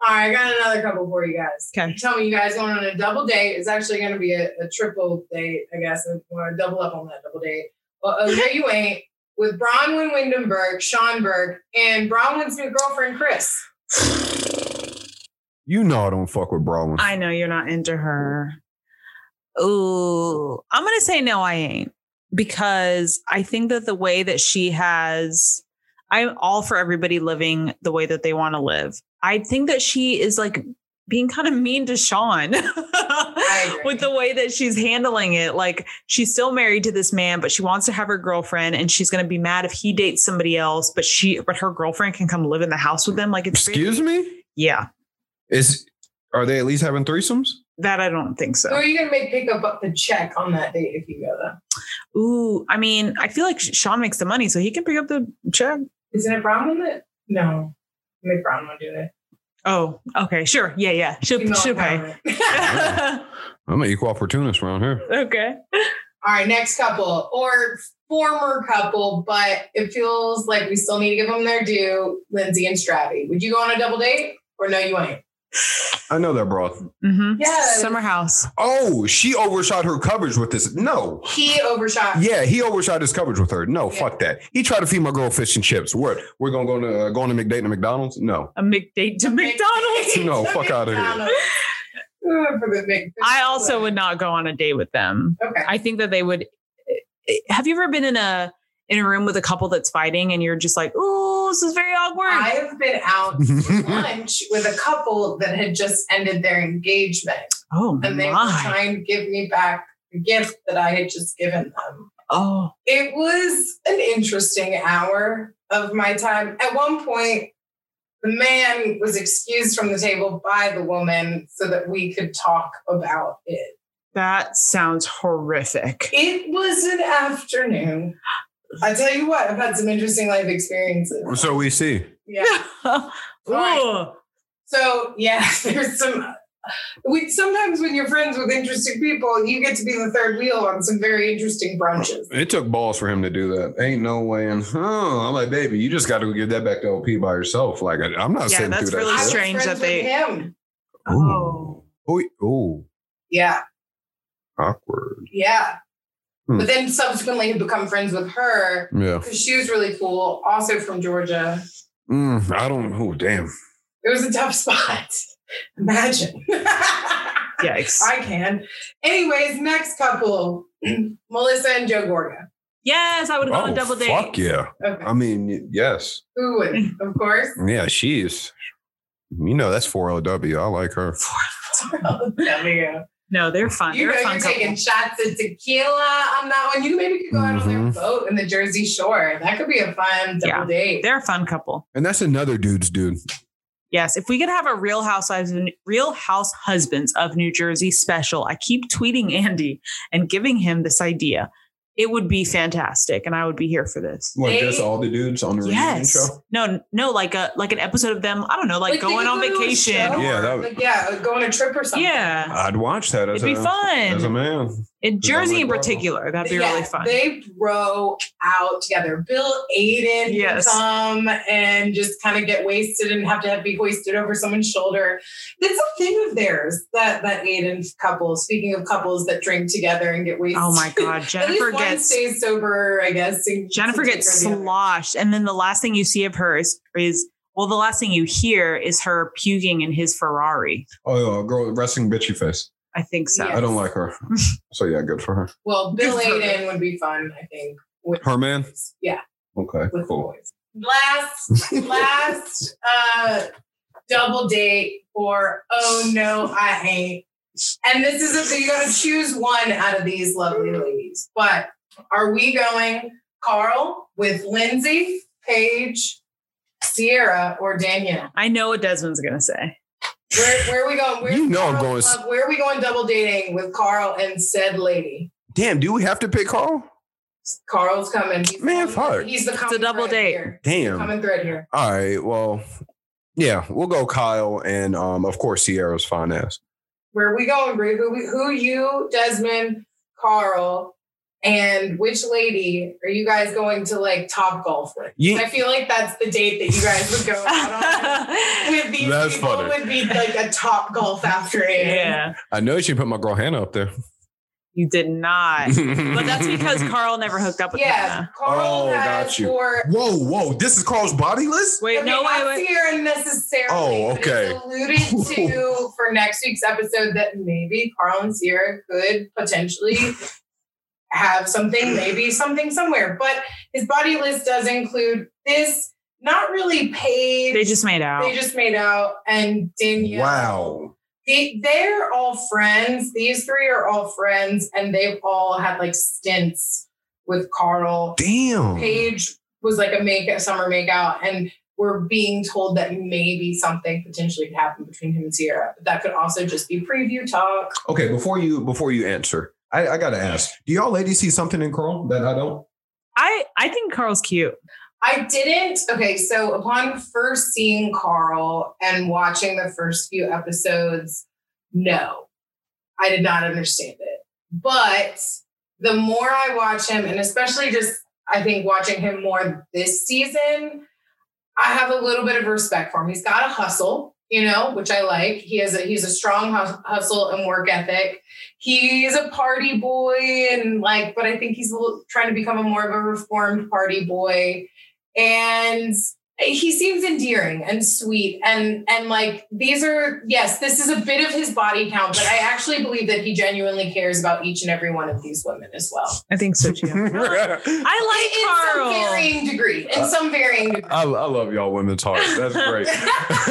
S2: All right, I got another couple for you guys.
S3: Okay.
S2: Tell me, you guys going on a double date? It's actually going to be a, a triple date, I guess. I want to double up on that double date. Well, oh, no, you ain't. With Bronwyn Windenberg, Sean Berg, and Bronwyn's new girlfriend, Chris.
S1: you know i don't fuck with brawling
S3: I know you're not into her. Ooh. I'm gonna say no, I ain't. Because I think that the way that she has I'm all for everybody living the way that they want to live. I think that she is like being kind of mean to Sean
S2: agree.
S3: [laughs] with the way that she's handling it. Like she's still married to this man, but she wants to have her girlfriend and she's going to be mad if he dates somebody else, but she, but her girlfriend can come live in the house with them. Like it's,
S1: excuse me
S3: yeah,
S1: is are they at least having threesomes
S3: that I don't think
S2: Who
S3: so.
S2: are you going to make pick up, up the check on that date if you go, though?
S3: Ooh. I mean, I feel like Sean makes the money so he can pick up the check.
S2: Isn't it Bronwyn that? No. Make Bronwyn do it.
S3: Oh, okay. Sure. Yeah. Yeah. She'll,
S2: Female
S3: she'll pay.
S2: empowerment.
S1: i'm an equal opportunist around here
S3: [laughs] okay.
S2: All right, next couple or former couple, but it feels like we still need to give them their due. Lindsay and Stravy. Would you go on a double date or no, you ain't?
S1: i know that broad
S3: Mm-hmm.
S2: Yes.
S3: Summer house.
S1: oh she overshot her coverage with this no
S2: He overshot.
S1: yeah, he overshot his coverage with her. No,
S2: Yeah.
S1: fuck that. He tried to feed my girl fish and chips. What? We're gonna go to uh, go on a McDate to McDonald's? No.
S3: A McDate to McDonald's.
S1: No,
S2: [laughs]
S1: fuck outta here.
S2: here. For the big,
S3: [laughs] I also would not go on a date with them.
S2: Okay.
S3: I think that they would. eh, Have you ever been in a in a room with a couple that's fighting and you're just like, "Ooh, this is very awkward."
S2: I have been
S1: [laughs]
S2: out to lunch with a couple that had just ended their engagement,
S3: oh
S2: and they were
S3: my!
S2: trying to give me back the gift that I had just given them.
S3: Oh,
S2: it was an interesting hour of my time. At one point, the man was excused from the table by the woman so that we could talk about it.
S3: that sounds horrific.
S2: It was an afternoon I tell you what, I've had some interesting life experiences.
S1: So we see.
S2: Yeah.
S3: [laughs] Ooh.
S2: right. So yeah, [laughs] there's some. We sometimes when you're friends with interesting people, you get to be the third wheel on some very interesting brunches.
S1: It took balls for him to do that. Ain't no way. And huh, I'm like, baby, you just got to give that back to LP by yourself. Like, I, am not
S3: Yeah,
S1: sitting
S3: that's
S1: through
S3: really
S1: that. shit.
S2: was
S3: strange
S2: friends
S3: that they-
S2: with him.
S1: Ooh. Oh, ooh,
S2: Yeah,
S1: awkward.
S2: yeah.
S1: Hmm.
S2: But then subsequently, had become friends with her
S1: Yeah.
S2: because she was really cool, also from Georgia.
S1: Mm, I don't. Oh, damn.
S2: It was a tough [laughs] spot. Imagine. [laughs]
S3: Yikes.
S2: I can. Anyways, next couple, [clears throat] Melissa and Joe Gorga.
S3: yes, I would have gone
S1: Oh,
S3: a double date.
S1: fuck yeah.
S2: Okay.
S1: I mean, y- yes.
S2: Who would,
S3: [laughs]
S2: of course.
S1: Yeah, she's. You know, that's 4LW. I like her.
S2: there we go.
S3: No, they're fun.
S2: You
S3: They're
S2: know
S3: a
S2: you're
S3: fun
S2: taking
S3: couple.
S2: shots of tequila on that one. You maybe could go out on their
S1: Mhm.
S2: boat in the Jersey Shore. That could be a fun double
S3: Yeah.
S2: date.
S3: They're a fun couple.
S1: And that's another dude's dude.
S3: Yes, if we could have a Real Housewives, of Real House Husbands of New Jersey special, I keep tweeting Andy and giving him this idea. It would be fantastic, and I would be here for this.
S1: What,
S2: They-
S1: just all the dudes on the reunion
S3: Yes.
S1: show?
S3: No, no, like a like an episode of them. I don't know, like,
S2: they
S3: going
S2: could
S3: on
S2: go to a
S3: vacation.
S2: show
S1: Yeah,
S2: or,
S1: that would-
S2: like, yeah, go on a trip or something.
S3: Yeah.
S1: I'd watch that as,
S3: It'd be
S1: a, uh, as a
S3: fun.
S1: man.
S3: In Jersey
S1: like
S3: in
S1: Bravo.
S3: particular, that'd be
S2: Yeah,
S3: really fun.
S2: They row out together. Bill Aiden
S3: Yes.
S2: yes. come and just kind of get wasted and have to have, be hoisted over someone's shoulder. That's a thing of theirs, that that Aiden couple. Speaking of couples that drink together and get wasted.
S3: oh my
S2: [laughs]
S3: god,
S2: At least
S3: Jennifer
S2: one
S3: gets
S2: stays sober, I guess. and-
S3: Jennifer gets
S2: or the other.
S3: sloshed, and then the last thing you see of her is is well, the last thing you hear is her puking in his Ferrari.
S1: Oh, yeah, girl, wrestling bitchy face.
S3: I think so.
S1: I don't like
S3: [laughs]
S1: her. So, yeah, good for her.
S2: Well, Bill
S3: Good for her.
S2: Aiden would be fun, I think. With
S1: Her man?
S2: yeah,
S1: Okay,
S2: with
S1: cool.
S2: boys.
S1: [laughs]
S2: Last, last uh, double date for oh no, I ain't. And this is it. So you got to choose one out of these lovely ladies. But are we going Carl with Lindsay, Paige, Sierra, or Danielle?
S3: I know what Desmond's gonna say.
S2: Where, where are we going? Where's
S1: You know I'm
S2: Carl's
S1: going s-
S2: love? Where are we going double dating with Carl and said lady?
S1: Damn, do we have to pick Carl?
S2: Carl's coming. He's
S1: Man,
S2: the,
S1: fuck.
S2: He's the common
S3: a double
S2: thread
S3: date.
S2: Here.
S1: Damn.
S2: Common thread here.
S1: All right. Well, yeah, we'll go Kyle and um, of course Sierra's fine ass.
S2: Where are we going, Brie? Who, we- who you, Desmond, Carl, and which lady are you guys going to like top golf with?
S1: Ye-
S2: I feel like that's the date that you guys would go out on.
S3: [laughs]
S2: With these
S1: That's
S2: people
S1: funny.
S2: would be like a top golf after it.
S3: yeah,
S1: I know she put my girl Hannah up there.
S3: you did
S1: [laughs]
S3: not. But that's because Carl never hooked up with
S2: Yeah.
S3: Hannah.
S2: Carl
S1: Oh,
S2: has
S1: got you.
S2: Four,
S1: Whoa, whoa! This is Carl's body list.
S3: Wait,
S2: Okay,
S3: no,
S2: not
S3: wait, wait.
S2: Sierra necessarily.
S1: Oh,
S2: but it's Alluded
S1: [laughs]
S2: to for next week's episode that maybe Carl and Sierra could potentially have something, maybe something somewhere. But his body list does include this, not really paid.
S3: They just made out.
S2: they just made out and Danielle.
S1: Wow.
S2: They, they're all friends. These three are all friends, and they've all had like stints with Carl.
S1: Damn.
S2: Paige was like a make a summer makeout, and we're being told that maybe something potentially could happen between him and Sierra. But that could also just be preview talk.
S1: Okay, before you before you answer, I, I gotta ask: Do y'all ladies see something in Carl that I don't?
S3: I I think Carl's cute.
S2: I didn't. Okay, so upon first seeing Carl and watching the first few episodes, no, I did not understand it. But the more I watch him, and especially just I think watching him more this season, I have a little bit of respect for him. He's got a hustle, you know, which I like. He has a he's a strong hus- hustle and work ethic. He's a party boy and like, but I think he's a little, trying to become a more of a reformed party boy. And he seems endearing and sweet and and like these are yes this is a bit of his body count but i actually believe that he genuinely cares about each and every one of these women as well
S3: I think
S1: [laughs]
S3: so too. I like Carl.
S2: in some varying degree. In some varying degree.
S1: I, I love y'all women's hearts. That's great. [laughs]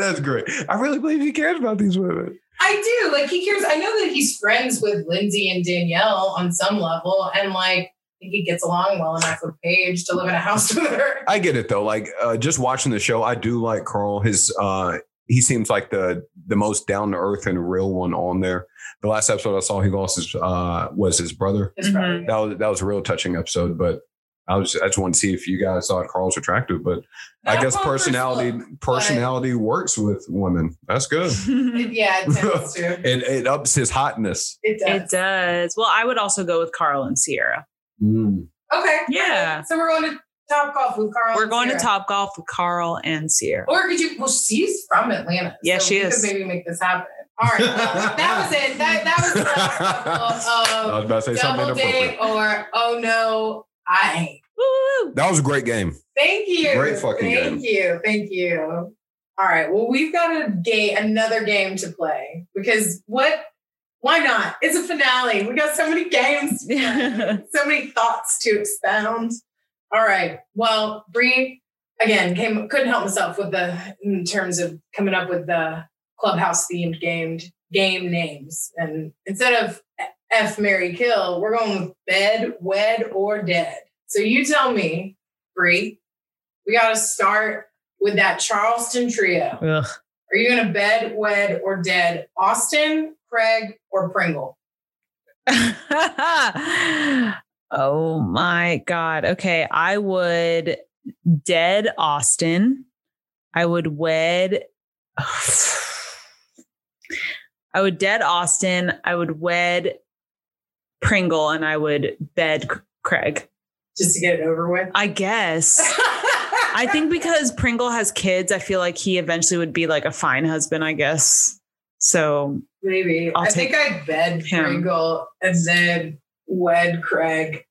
S1: that's great. I really believe he cares about these women.
S2: I do. Like he cares. I know that he's friends with Lindsay and Danielle on some level, and like I think he gets along well enough with Paige to live in a house [laughs] with her.
S1: I get it though. Like uh, just watching the show, I do like Carl. His uh, he seems like the the most down to earth and real one on there. The last episode I saw, he lost his uh, was his brother.
S3: Mm-hmm.
S2: It's probably-
S1: That was that was a real touching episode, but I was I just wanted to see if you guys thought Carl's attractive, but I
S2: Not
S1: guess
S2: on first
S1: personality
S2: look,
S1: personality works with women. That's good.
S2: but- yeah, it tends to.
S1: It it ups his hotness.
S2: It does.
S3: [laughs] it does. Well, I would also go with Carl and Sierra.
S1: Mm.
S2: Okay.
S3: Yeah.
S2: So we're going to Top Golf with Carl.
S3: We're going to
S2: Sierra.
S3: Top Golf with Carl and Sierra.
S2: Or could you? Well, she's from Atlanta.
S3: Yeah,
S2: so
S3: she
S2: we
S3: is.
S2: Could maybe make this happen. All
S1: [laughs]
S2: right. well, that was it. That, that was the last
S1: I
S2: couple of
S1: was about to say something
S2: double
S1: inappropriate.
S2: date or oh no, I ain't.
S3: Woo!
S1: That was a great game.
S2: Thank you.
S1: Great fucking game.
S2: Thank you. Thank you. All right. Well, we've got a game, another game to play because what? Why not? It's a finale. We got so many games,
S3: [laughs]
S2: to play, so many thoughts to expound. All right. Well, Bree again came couldn't help myself with the in terms of coming up with the clubhouse themed game game names, and instead of F Mary Kill, we're going with Bed, Wed, or Dead. So you tell me, Bree. We got to start with that Charleston trio.
S3: Ugh.
S2: Are you going to bed, wed, or dead Austin, Craig, or Pringle?
S3: oh my God. Okay. I would dead Austin. I would wed. [sighs] I would dead Austin. I would wed Pringle and I would bed C- Craig.
S2: Just to get it over with.
S3: I
S2: [laughs]
S3: guess. [laughs] I think because Pringle has kids, I feel like he eventually would be like a fine husband, I guess. So
S2: maybe.
S3: I'll
S2: i think I'd bed
S3: him.
S2: Pringle and then wed Craig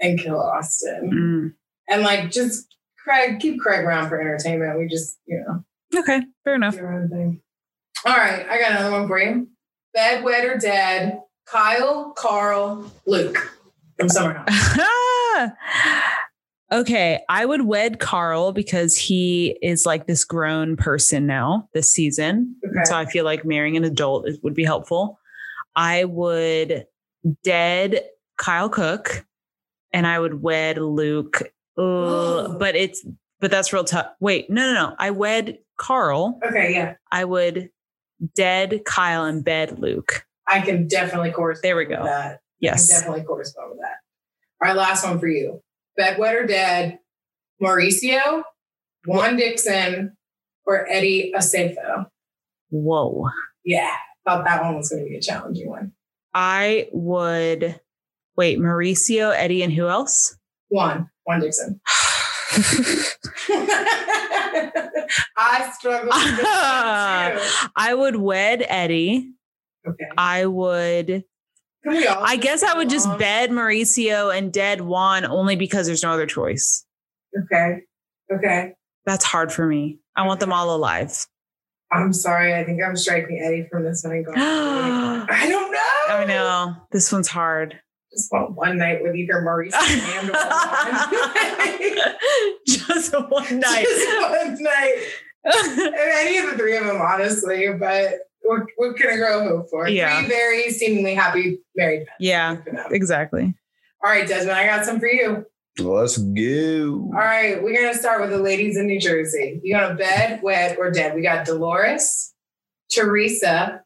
S2: and kill Austin.
S3: mm.
S2: And like just Craig, keep Craig around for entertainment. We just, you know,
S3: okay, fair enough.
S2: do our own thing. All right. I got another one for you. Bed, wed, or dead Kyle, Carl, Luke from Summer House.
S3: [laughs] okay, I would wed Carl because he is like this grown person now this season.
S2: Okay.
S3: So I feel like marrying an adult is- would be helpful. I would dead Kyle Cook and I would wed Luke. Ugh,
S2: [gasps] Ooh.
S3: but it's but that's real tough. Wait, no, no, no. I wed Carl.
S2: Okay, yeah.
S3: I would dead Kyle and bed Luke.
S2: I can definitely correspond
S3: There we
S2: with
S3: go.
S2: that. I can
S3: Yes.
S2: definitely correspond with that. All right, last one for you. Bedwetter Dead, Mauricio, Juan Dixon, or Eddie Acefo.
S3: Whoa.
S2: Yeah, thought that one was going to be a challenging one.
S3: I would wait, Mauricio, Eddie, and who else? [laughs]
S2: Juan, Juan Dixon. [laughs] I struggle with
S3: [laughs]
S2: this one,
S3: I would wed Eddie.
S2: too. Okay.
S3: I would,
S2: Can we all
S3: I guess I would just
S2: along?
S3: bed Mauricio and dead Juan only because there's no other choice.
S2: Okay. Okay.
S3: That's hard for me. I want them all alive. [gasps]
S2: I'm sorry. I think I'm striking Eddie from this one. and
S3: [gasps]
S2: going-
S3: I
S2: I don't know.
S3: know this one's hard.
S2: just want one night with either
S3: [laughs]
S2: Maurice and Juan.
S3: just one
S2: [laughs]
S3: night.
S2: Just one night. And Any of the three of them, honestly, but what, what can a girl hope for?
S3: Yeah.
S2: Three very seemingly happy married
S3: yeah,
S2: men. for now.
S3: exactly.
S2: All right, Desmond, I got some for you.
S1: Let's go.
S2: All right, we're going to start with the ladies in New Jersey. You going to bed, wed, or dead? We got Dolores, Teresa,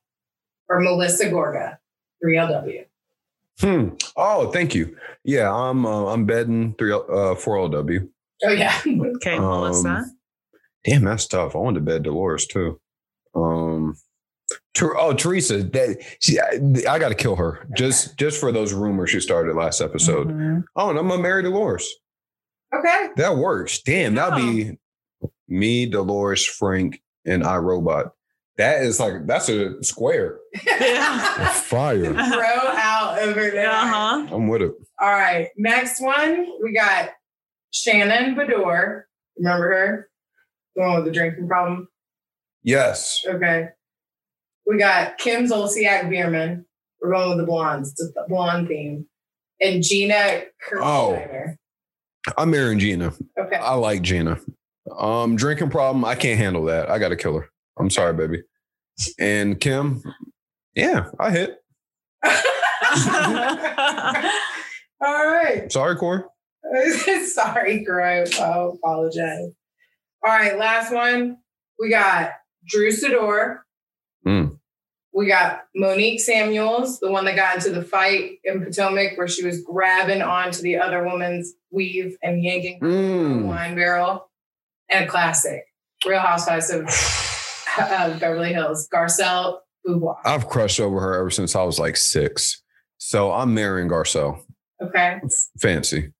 S2: or Melissa Gorga, 3LW.
S1: Hmm. Oh, thank you. Yeah, I'm uh, I'm bedding three uh four LW.
S2: Oh, yeah. [laughs]
S3: Okay,
S1: Um,
S3: Melissa.
S1: Damn, that's tough. I wanted to bed Dolores too. Um, Ter- oh Teresa, that she, I, I got to kill her just just for those rumors she started last episode.
S3: Mhm.
S1: Oh, and I'm gonna marry Dolores.
S2: okay.
S1: That works. Damn, that'd be me, Dolores, Frank, and iRobot. That is like that's a square.
S3: Yeah.
S1: Fire.
S3: Mm-hmm. [laughs]
S2: Throw out over there.
S3: Uh-huh. [laughs]
S1: I'm with it.
S2: All right. Next one, we got Shannon Bador. Remember her? The one with the drinking problem.
S1: Yes.
S2: Okay. We got Kim Zolciak Bierman. We're going with the blondes. It's a blonde theme. And Gina Kirchner.
S1: I'm marrying Gina.
S2: Okay. [laughs]
S1: I like Gina. Um, drinking problem. I can't handle that. I got to kill her. I'm sorry, baby. And Kim. Yeah, I hit.
S2: All right.
S1: Sorry, Corey.
S2: [laughs] Sorry, Grope. I apologize. All right, last one. We got Drew Sidor,
S1: Mm.
S2: We got Monique Samuels, the one that got into the fight in Potomac where she was grabbing onto the other woman's weave and yanking her
S1: Mm.
S2: wine barrel. And a classic, Real Housewives of uh, Beverly Hills, Garcelle Boubois.
S1: I've crushed over her ever since I was like six. So I'm marrying Garcelle.
S2: Okay.
S1: Fancy.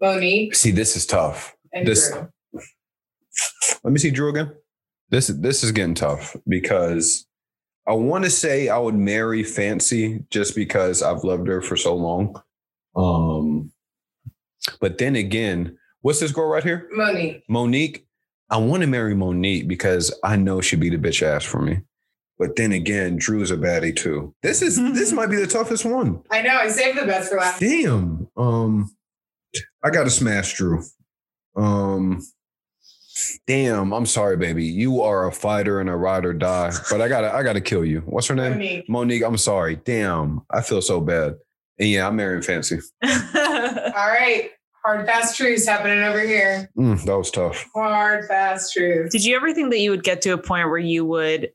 S2: Monique
S1: See, this is tough.
S2: and
S1: This-
S2: Drew.
S1: Let me see Drew again. This is this is getting tough because I want to say I would marry Fancy just because I've loved her for so long. Um, but then again, what's this girl right here?
S2: Monique.
S1: Monique. I want to marry Monique because I know she'd be the bitch ass for me. But then again, Drew's a baddie too. This is this might be the toughest one.
S2: I know, I saved the best for last.
S1: Damn. Um, I got to smash Drew. Um, damn. I'm sorry, baby. You are a fighter and a ride or die. But I gotta, I gotta kill you. What's her name?
S2: Monique.
S1: Monique. I'm sorry. Damn. I feel so bad. And yeah, I'm marrying Fancy.
S3: I
S2: All right. Hard fast truths happening over here.
S1: Mm, that was tough.
S2: Hard fast truths.
S3: Did you ever think that you would get to a point where you would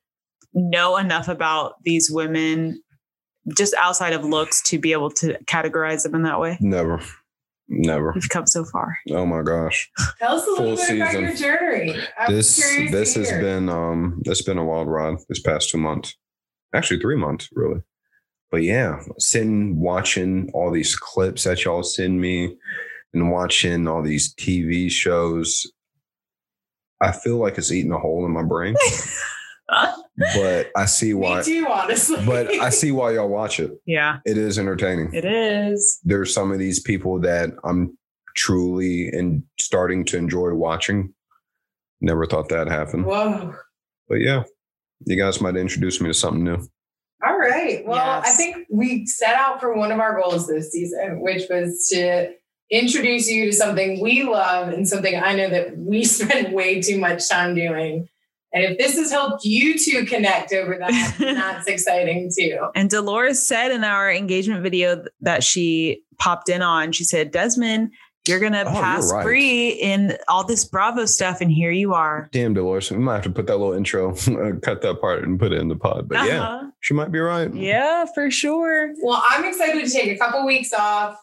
S3: know enough about these women just outside of looks to be able to categorize them in that way?
S1: Never. Never.
S3: We've come so far.
S1: Oh my gosh.
S2: Tell us a little
S1: Full
S2: bit about
S1: season.
S2: your journey. I'm
S1: this
S2: curious to
S1: this has
S2: hear.
S1: been um it's been a wild ride this past two months actually three months really but yeah sitting watching all these clips that y'all send me and watching all these tv shows i feel like it's eating a hole in my
S2: [laughs]
S1: brain but i see why
S2: Me too, honestly.
S1: but
S2: [laughs]
S1: i see why y'all watch it
S3: yeah,
S1: it is entertaining
S3: it is.
S1: there's some of these people that i'm truly and starting to enjoy watching never thought that happened
S2: Whoa.
S1: but yeah, you guys might introduce me to something new.
S2: All right. Well, I
S3: Yes.
S2: think we set out for one of our goals this season, which was to introduce you to something we love and something I know that we [laughs] spend way too much time doing. And if this has helped you two connect over that, that's exciting too.
S3: And Dolores said in our engagement video th- that she popped in on, she said, Desmond, you're going to
S1: Oh, you're
S3: pass
S1: right.
S3: free in all this Bravo stuff. And here you are.
S1: Damn, Dolores, we might have to put that little intro, [laughs] cut that part, and put it in the pod. But yeah,
S3: Uh-huh.
S1: she might be right.
S3: Yeah, for sure.
S2: Well, I'm excited to take a couple weeks off,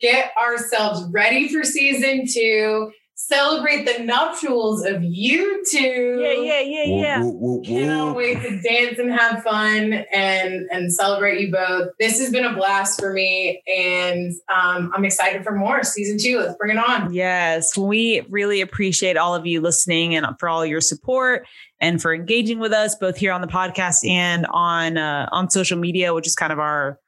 S2: get ourselves ready for season two, celebrate the nuptials of you two.
S3: Yeah, yeah, yeah,
S1: Woo,
S3: yeah.
S1: woo, woo, woo.
S2: Cannot wait to dance and have fun and and celebrate you both. This has been a blast for me, and um, I'm excited for more season two. Let's bring it on.
S3: Yes, we really appreciate all of you listening and for all your support and for engaging with us both here on the podcast and on uh, on social media, which is kind of our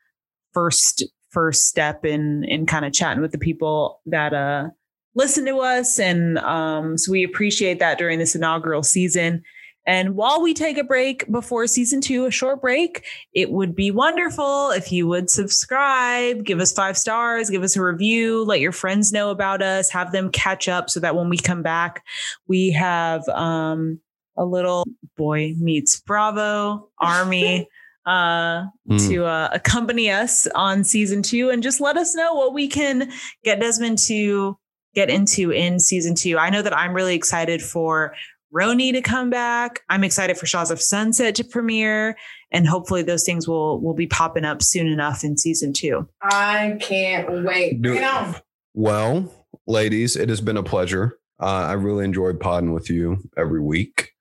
S3: first first step in in kind of chatting with the people that uh listen to us and um so we appreciate that during this inaugural season. And while we take a break before season two, a short break, it would be wonderful if you would subscribe, give us five stars, give us a review, let your friends know about us, have them catch up so that when we come back, we have um, a little boy meets Bravo Army. Uh,
S1: Mm.
S3: to uh, accompany us on season two and just let us know what we can get Desmond to get into in season two. I know that I'm really excited for Roni to come back. I'm excited for Shaws of Sunset to premiere, and hopefully those things will will be popping up soon enough in season two.
S2: I can't wait.
S1: Do
S2: Bring
S1: it.
S2: it on.
S1: Well, ladies, it has been a pleasure. Uh, I really enjoyed podding with you every week.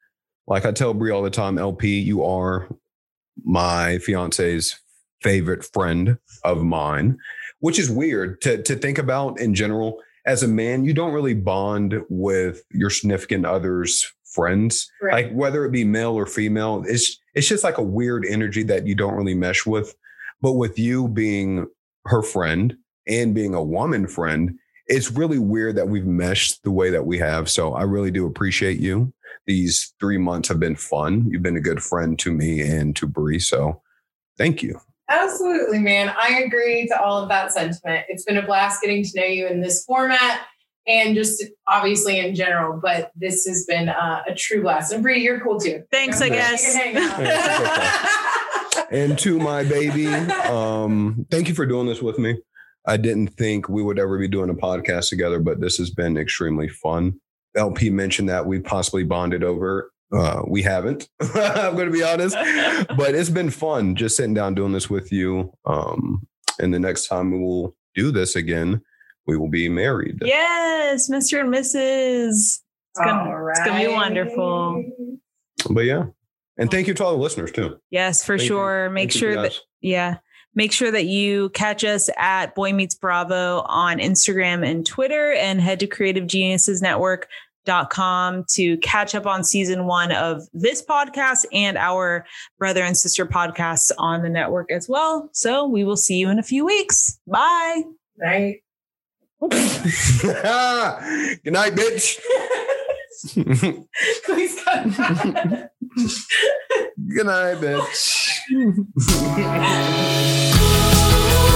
S1: Like I tell Brie all the time, LP, you are my fiance's favorite friend of mine, which is weird to, to think about in general. As a man, you don't really bond with your significant other's friends
S2: Right.
S1: like whether it be male or female it's it's just like a weird energy that you don't really mesh with but with you being her friend and being a woman friend it's really weird that we've meshed the way that we have so i really do appreciate you these three months have been fun you've been a good friend to me and to Bree. so thank you
S2: Absolutely, man. I agree to all of that sentiment. It's been a blast getting to know you in this format and just obviously in general, but this has been uh, a true blast. And Bree, you're cool too.
S3: Thanks, I
S2: We can
S3: guess.
S2: hang out.
S1: and to my baby um thank you for doing this with me i didn't think we would ever be doing a podcast together but this has been extremely fun lp mentioned that we possibly bonded over Uh, we haven't. [laughs] I'm going to be honest, but it's been fun just sitting down doing this with you. Um, and the next time we will do this again, we will be married.
S3: [laughs] Yes, Mr. and Mrs. gonna- it's gonna be wonderful.
S1: But yeah, and thank you to all the listeners too.
S3: Yes, for
S1: Thank you.
S3: sure. Make
S1: Thank you
S3: sure that
S1: guys.
S3: yeah. Make sure that you catch us at Boy Meets Bravo on Instagram and Twitter and head to creativegeniusesnetwork.com to catch up on season one of this podcast and our brother and sister podcasts on the network as well. So we will see you in a few weeks. Bye.
S2: Right? [laughs]
S1: [laughs] Good night, bitch. Good
S2: Please cut that.
S1: night, bitch.
S2: Yeah.